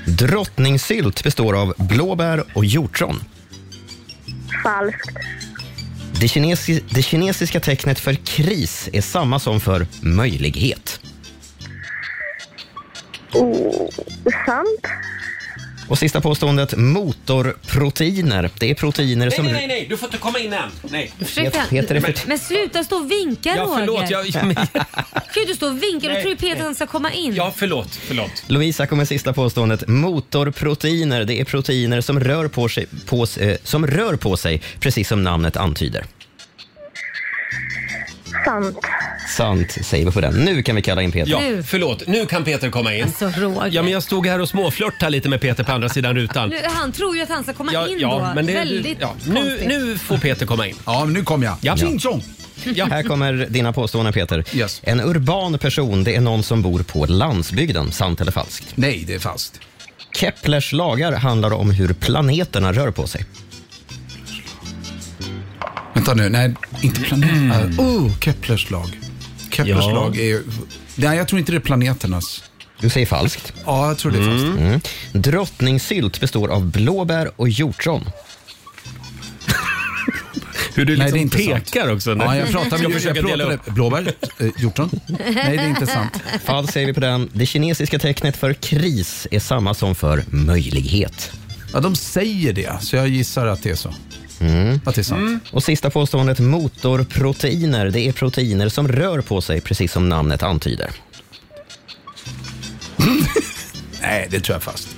S6: Drottningsylt består av blåbär och hjortron.
S13: Falskt.
S6: Det, kinesi- det kinesiska tecknet för kris är samma som för möjlighet.
S13: Oh, sant.
S6: Och sista påståendet, motorproteiner. Det är proteiner
S1: Nej,
S6: som...
S1: nej, nej, nej, du får inte komma in än. Nej.
S2: Försökte jag-
S6: Peter är för-
S2: Men sluta stå och vinka
S1: Ja,
S2: Roger.
S1: förlåt, jag- jag-
S2: Kan ju du stå och vinka? Då
S1: Nej,
S2: tror ju Peter att han ska komma in.
S1: Ja, förlåt, förlåt.
S6: Lovisa kommer sista påståendet. Motorproteiner, det är proteiner som rör på sig, på, s- eh, som rör på sig precis som namnet antyder.
S13: Sant.
S6: Sant, säger vi på den. Nu kan vi kalla in Peter.
S1: Ja, förlåt. Nu kan Peter komma in.
S2: Alltså, Roger.
S1: Ja, men jag stod här och småflörtade lite med Peter på andra sidan rutan.
S2: Nu, han tror ju att han ska komma
S1: Ja,
S2: in
S1: ja,
S2: då.
S1: men det,
S2: Väldigt
S1: ja, nu,
S2: konstigt.
S1: nu får Peter komma in.
S9: Ja, nu kom jag.
S6: Ja.
S9: Tjing tjong!
S6: Här kommer dina påståenden, Peter. En urban person, det är någon som bor på landsbygden. Sant eller falskt?
S9: Nej, det är falskt.
S6: Keplers lagar handlar om hur planeterna rör på sig.
S9: Vänta nu, nej, inte planet. Oh, Keplers lag. Keplers
S6: Mm. Ja.
S9: lag är Nej, jag tror inte det är planeternas.
S6: Du säger falskt.
S9: Ja, jag tror det är falskt.
S6: Mm. Drottningsylt består av blåbär och hjortron.
S1: Hur du
S9: Nej,
S1: liksom
S9: det är inte
S1: pekar också.
S9: Ja, jag pratar
S1: Ska
S9: med
S1: försöka
S9: jag
S1: dela
S9: pratar med
S1: upp.
S9: blåbär, eh, hjortron. Nej, det är inte sant.
S6: Falskt säger vi på den. Det kinesiska tecknet för kris är samma som för möjlighet.
S9: Ja, de säger det, så jag gissar att det är så.
S6: Mm.
S9: Att det är sant.
S6: Och sista påståendet, motorproteiner. Det är proteiner som rör på sig, precis som namnet antyder.
S9: Nej, det tror jag fast.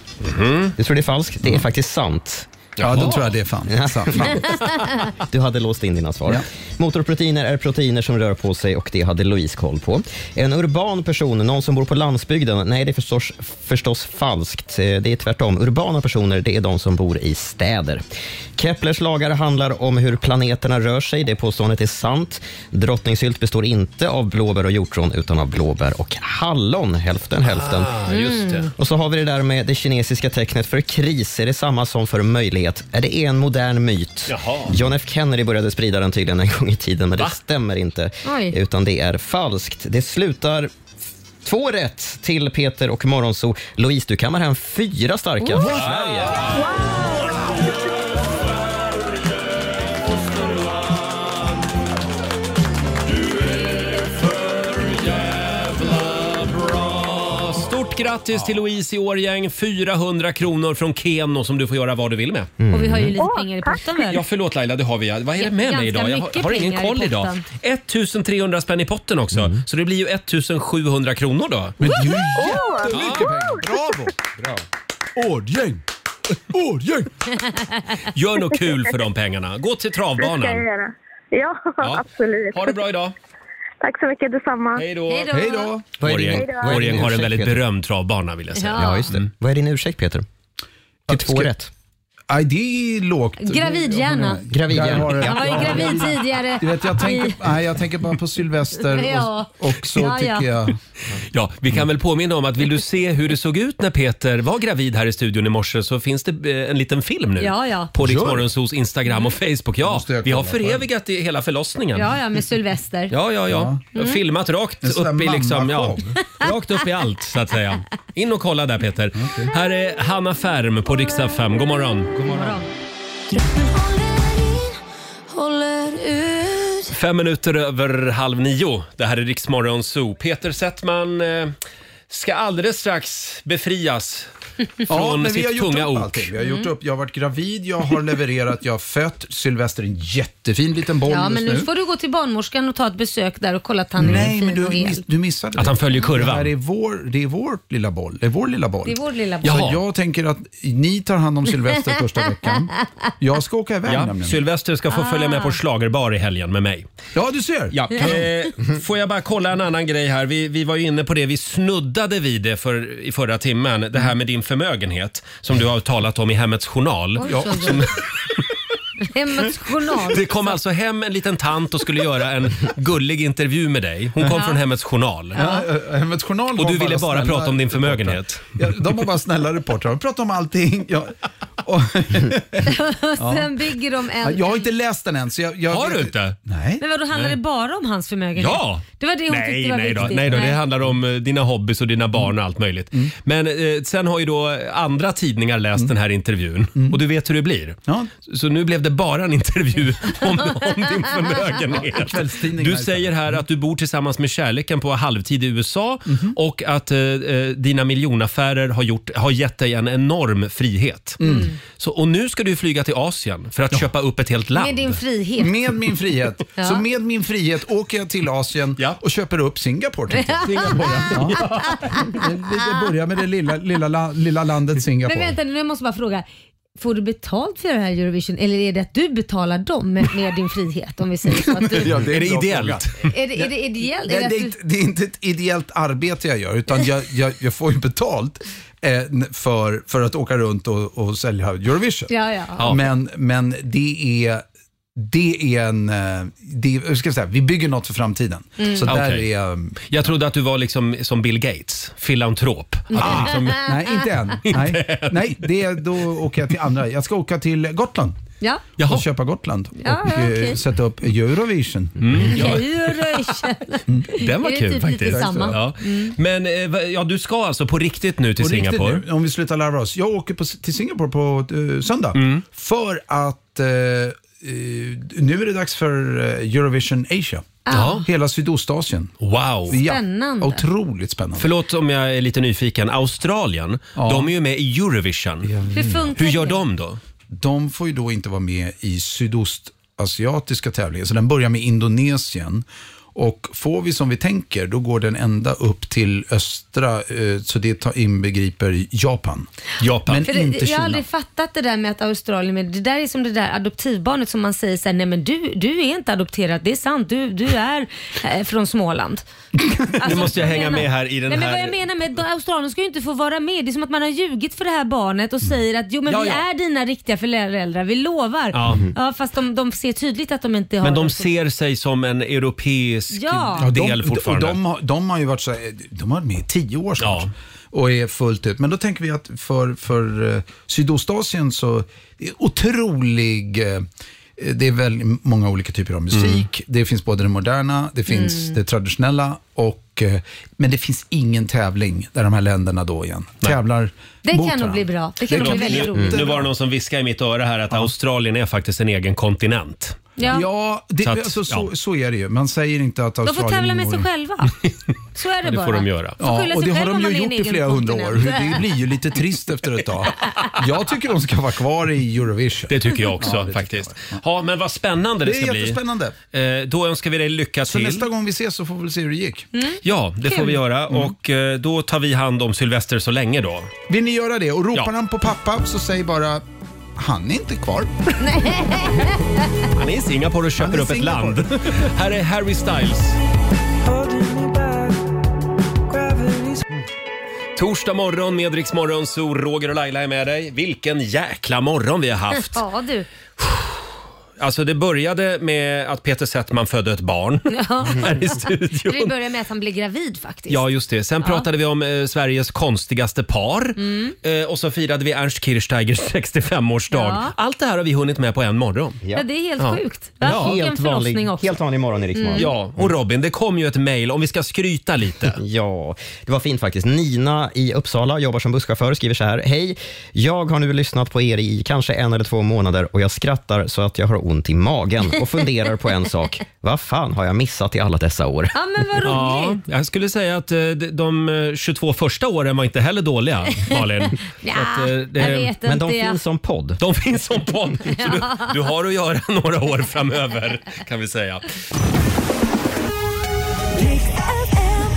S6: Du tror det är falskt? Det är faktiskt sant.
S9: Ja, då tror jag det är fan. sant.
S6: Du hade låst in dina svar. Motorproteiner är proteiner som rör på sig och det hade Louise koll på. En urban person, någon som bor på landsbygden, nej det är förstås, förstås falskt. Eh, Det är tvärtom. Urbana personer, det är de som bor i städer. Keplers lagar handlar om hur planeterna rör sig. Det påståendet är sant. Drottningsylt består inte av blåbär och hjortron utan av blåbär och hallon. Hälften hälften.
S1: Ah, just det. Mm.
S6: Och så har vi det där med det kinesiska tecknet för kris. Är det samma som för möjlighet? Är det en modern myt?
S1: Jaha.
S6: John F Kennedy började sprida den tydligen en gång i tiden, men
S1: Va?
S6: det stämmer inte.
S1: Oj.
S6: Utan det är falskt. Det slutar två rätt till Peter och Morgonzoo. Louise, du kammar hem fyra starka från Sverige.
S1: Ja, Stort grattis till Louise i Årgäng. 400 kronor från Keno som du får göra vad du vill med.
S2: Och vi har ju lite pengar i potten väl?
S1: Ja, förlåt Laila, det har vi ja. Vad är det med
S2: Ganska
S1: mig idag? Jag har,
S2: mycket
S1: har ingen
S2: pengar i
S1: koll idag.
S2: potten.
S1: 1300 spänn i potten också, så det blir ju 1700 kronor då.
S9: Men det är ju jättemycket pengar. Bravo! Årgäng! Årgäng!
S1: Gör något kul för de pengarna. Gå till
S13: Det ska jag
S1: travbanan.
S13: göra. Ja, absolut.
S1: Ha det bra idag.
S13: Tack så mycket, detsamma.
S1: Hej
S6: Hej då. Vad är din-
S1: Årjäng
S6: vad är din
S1: Årjäng har en
S6: ursäkt,
S1: väldigt
S6: Peter?
S1: berömd travbana vill jag säga.
S2: Ja. Ja, just
S6: det. Vad är din ursäkt Peter? Till två rätt.
S9: Nej, det är lågt.
S2: Gravidhjärna.
S9: Där har du det.
S2: Jag var ju gravid tidigare.
S9: Du vet, jag, tänker,
S2: I-
S9: nej, jag tänker bara på Sylvester
S2: Ja.
S9: och, och så
S2: Ja, ja.
S9: tycker jag...
S1: Ja, vi kan väl påminna om att vill du se hur det såg ut när Peter var gravid här i studion i morse så finns det eh, en liten film nu.
S2: Ja, ja.
S1: På Rix
S2: Gör det?
S1: Morgonzos Instagram och Facebook. Ja, vi har förevigat i hela förlossningen.
S2: Ja, ja, med Sylvester.
S1: Ja, ja, ja. Jag har
S2: Mm.
S1: Filmat
S2: En
S1: rakt
S2: sån där
S1: upp i liksom, ja,
S2: mammashow.
S1: rakt upp i allt så att säga. In och kolla där Peter. Här är Hanna Färm på Riksdag 5. God morgon. God morgon.
S12: Håller ut.
S1: Fem minuter över halv nio. Det här är Riksmorgon Zoo. Peter Settman eh, ska alldeles strax befrias
S9: Ja,
S1: från
S9: men vi har
S1: sitt
S9: gjort
S1: tunga
S9: upp
S1: ok.
S9: allting. Vi har
S2: Mm.
S9: gjort upp. Jag har varit gravid, jag har levererat, jag har fött. Sylvester är en jättefin liten boll
S2: Ja, men
S9: just
S2: nu får du gå till barnmorskan och ta ett besök där och kolla att han är
S9: Nej,
S2: fin
S9: men du,
S2: och hel.
S9: miss, du missade
S1: Mm. Att han följer kurvan.
S9: Det här är vår, det är vårt lilla boll. Det är vår lilla boll.
S2: Det är vår lilla boll.
S9: Så jag tänker att ni tar hand om Sylvester första veckan. Jag ska åka iväg
S1: Ja,
S9: nämligen.
S1: Sylvester ska få följa
S2: Ah.
S1: med på schlagerbar i helgen med mig.
S9: Ja, du ser.
S1: Ja. Eh, får jag bara kolla en annan grej här. Vi, vi var ju inne på det, vi snuddade vid det för, i förra timmen. Det här med din förmögenhet som du har talat om i Hemmets Journal.
S2: Oj,
S1: Ja.
S2: så
S1: Som,
S2: Hemmets journal.
S1: det kom alltså hem en liten tant och skulle göra en gullig intervju med dig. Hon kom
S2: Ja.
S1: från Hemmets Journal.
S9: Ja, eh, Hemmets Journal
S1: Och
S9: har
S1: du ville bara
S9: snälla
S1: prata om din
S9: reportrar.
S1: förmögenhet.
S9: Ja, de var bara snälla reportrar. De pratade om allting. Jag, och,
S2: Och
S9: Ja.
S2: Sen bygger de
S9: Ja,
S2: en...
S9: jag har inte läst den än. Så jag, jag
S1: Har du inte?
S9: Nej.
S2: Men vadå, handlar det bara om hans förmögenhet?
S1: Ja!
S2: Det var det hon
S1: nej,
S2: tyckte var
S1: nej då,
S2: viktigt. Mm.
S1: nej då, det handlar om eh, dina hobbys och dina barn och allt möjligt. Men eh, sen har ju då andra tidningar läst den här intervjun
S2: Mm.
S1: och du vet hur det blir. Så, så nu blev det bara en intervju om, om din
S9: Ja,
S1: förmögenhet.
S9: kvällstidningar
S1: du
S2: liksom.
S9: istället.
S1: säger här
S2: Mm.
S1: att du bor tillsammans med kärleken på halvtid i USA
S2: Mm-hmm.
S1: och att eh, eh, dina miljonaffärer har, gjort, har gett dig en enorm frihet.
S9: Mm.
S1: Så, och nu ska du flyga till Asien för att köpa upp ett helt land.
S2: Med din frihet.
S9: Med min frihet.
S2: Ja.
S9: Så med min frihet åker jag till Asien och köper upp Singapore. tänkte jag. Singapore, ja. Det börjar med det lilla, lilla, la- lilla landet Singapore.
S2: Men vänta nu, jag måste bara fråga. Får du betalt för det här Eurovision eller är det att du betalar dem med, med din frihet? Om vi säger så. Att du,
S1: Är
S9: Ja,
S1: det
S9: en bra
S1: ideellt?
S9: fråga.
S2: är, det, är det ideellt?
S9: Nej,
S2: Är det
S9: det,
S2: att
S9: är inte, det är inte ett ideellt arbete jag gör, utan jag, jag, jag får ju betalt eh, n- för, för att åka runt och, och sälja Eurovision.
S2: Ja, ja. Ja.
S9: Men, men det är det är en... eh, Det, är- hur ska jag säga, vi bygger något för framtiden.
S1: Mm.
S9: Så där
S1: Okej.
S9: är... um,
S1: Jag trodde att du var liksom som Bill Gates, filantrop. Att du
S9: Ah.
S1: liksom-
S2: Mm.
S9: Nej, inte än. Nej, nej det, är- då åker jag till andra. Jag ska åka till Gotland.
S2: Ja.
S9: Och köpa Gotland
S2: Ja,
S9: och
S2: ja,
S9: eh,
S2: okej.
S9: sätta upp Eurovision.
S2: Eurovision.
S1: Den var
S2: Är det
S1: kul
S2: typ
S1: faktiskt.
S2: Lite samma?
S1: Ja.
S2: Mm.
S1: Men eh, va- ja, du ska alltså på riktigt nu till
S9: På riktigt
S1: Singapore?
S9: nu, om vi slutar larva oss. Jag åker på, till Singapore på eh, söndag för att eh, eh, nu är det dags för eh, Eurovision Asia.
S1: Ja.
S9: Hela Sydostasien.
S1: Wow!
S2: Spännande.
S9: Otroligt spännande.
S1: Förlåt om jag är lite nyfiken. Australien, de är ju med i Eurovision.
S2: Hur funkar
S1: Hur gör
S2: det?
S1: de då?
S9: De får ju då inte vara med i sydostasiatiska tävlingen, så den börjar med Indonesien. Och får vi som vi tänker, då går den ända upp till östra, eh, så det tar- inbegriper Japan.
S1: Japan.
S2: För
S9: Men
S2: det,
S9: inte
S2: jag har
S9: Kina.
S2: aldrig fattat det där med att Australien, men det där är som det där adoptivbarnet som man säger så här, nej men du, du är inte adopterad, det är sant, du, du är eh, från Småland.
S1: nu måste jag
S2: vad
S1: hänga
S2: menar-
S1: med här i den
S2: nej,
S1: här...
S2: men vad jag menar med att Australien ska ju inte få vara med. Det är som att man har ljugit för det här barnet och säger att jo men
S1: Ja,
S2: vi
S1: ja.
S2: är dina riktiga föräldrar, vi lovar.
S1: Ja. Mm.
S2: Ja, fast de, de ser tydligt att de inte har
S1: Men de
S2: det.
S1: ser sig som en europeisk
S2: Ja.
S1: del
S9: de,
S1: fortfarande.
S9: Och de, har, de har ju varit så här, de har varit med i tio år snart och är fullt ut. Men då tänker vi att för, för eh, Sydostasien så det är otrolig eh, det är väldigt många olika typer av
S1: Mm.
S9: musik. Det finns både det moderna, det finns
S11: Mm.
S9: det traditionella och, eh, men det finns ingen tävling där de här länderna då igen tävlar
S2: Det
S9: mot
S2: kan nog
S9: varandra.
S2: bli bra. Det kan nog bli
S1: Förlåt,
S2: väldigt
S1: nu,
S2: roligt.
S1: nu var det någon som viskade i mitt öra här att Australien är faktiskt en egen kontinent.
S2: Ja.
S9: Ja, det,
S1: Så
S9: så,
S1: att,
S9: alltså, så,
S1: ja.
S9: så är det ju. Man säger inte att
S2: De
S9: Australien
S2: får tävla med
S9: ingår
S2: sig
S9: i-
S2: själva. Så är det,
S9: Ja, det
S2: bara.
S9: får de göra.
S2: Får skylla
S9: Ja, och
S2: sig
S9: det har
S2: själv om
S9: de
S2: man är
S9: ju
S2: en
S9: gjort i
S2: egen
S9: flera hundra år.
S2: kontinent.
S9: Det blir ju lite trist efter ett tag. Jag tycker de ska vara kvar i Eurovision.
S1: Det tycker jag också
S9: Ja, det
S1: faktiskt. Ja, men vad spännande det,
S9: Det är
S1: ska bli.
S9: jättespännande.
S1: Eh, då önskar vi dig lycka
S9: Så
S1: till.
S9: nästa gång vi ses så får vi väl se hur det gick.
S2: Mm.
S1: Ja, det får
S9: Kul.
S1: vi göra
S9: Mm.
S1: och eh, då tar vi hand om Sylvester så länge då.
S9: Vill ni göra det? Och ropar han på pappa så säg bara han är inte kvar.
S1: Han är i Singapore och köper upp ett land. Här är Harry Styles. Torsdag morgon med Rix Morgon, så Roger och Laila är med dig. Vilken jäkla morgon vi har haft.
S2: Ja du.
S1: Alltså det började med att Peter Settman födde ett barn
S2: Ja.
S1: här i studion.
S2: Det börjar med att han blir gravid faktiskt.
S1: Ja, just det. Sen
S2: Ja.
S1: pratade vi om eh, Sveriges konstigaste par
S2: Mm.
S1: eh, och så firade vi Ernst Kirchsteigers 65-årsdag.
S2: Ja. Mm.
S1: Allt det här har vi hunnit med på en morgon.
S2: Ja, det är helt sjukt. Va?
S1: Ja.
S2: Och en förlossning också.
S6: helt vanlig morgon i Riksmorgon.
S2: Mm.
S1: Ja, och Robin, det kom ju ett mejl om vi ska skryta lite.
S6: ja, det var fint faktiskt. Nina i Uppsala jobbar som busschaufför skriver så här. Hej, jag har nu lyssnat på er i kanske en eller två månader och jag skrattar så att jag har ont i magen och funderar på en sak. Vad fan har jag missat i alla dessa år?
S2: Ja, men vad roligt.
S1: Ja, jag skulle säga att eh, de- de eh, 22 första åren var inte heller dåliga, Malin.
S2: Ja,
S1: Så att, eh, det-
S2: jag vet inte. jag-
S6: som podd.
S1: De finns som podd. Så du, du har att göra några år framöver, kan vi säga.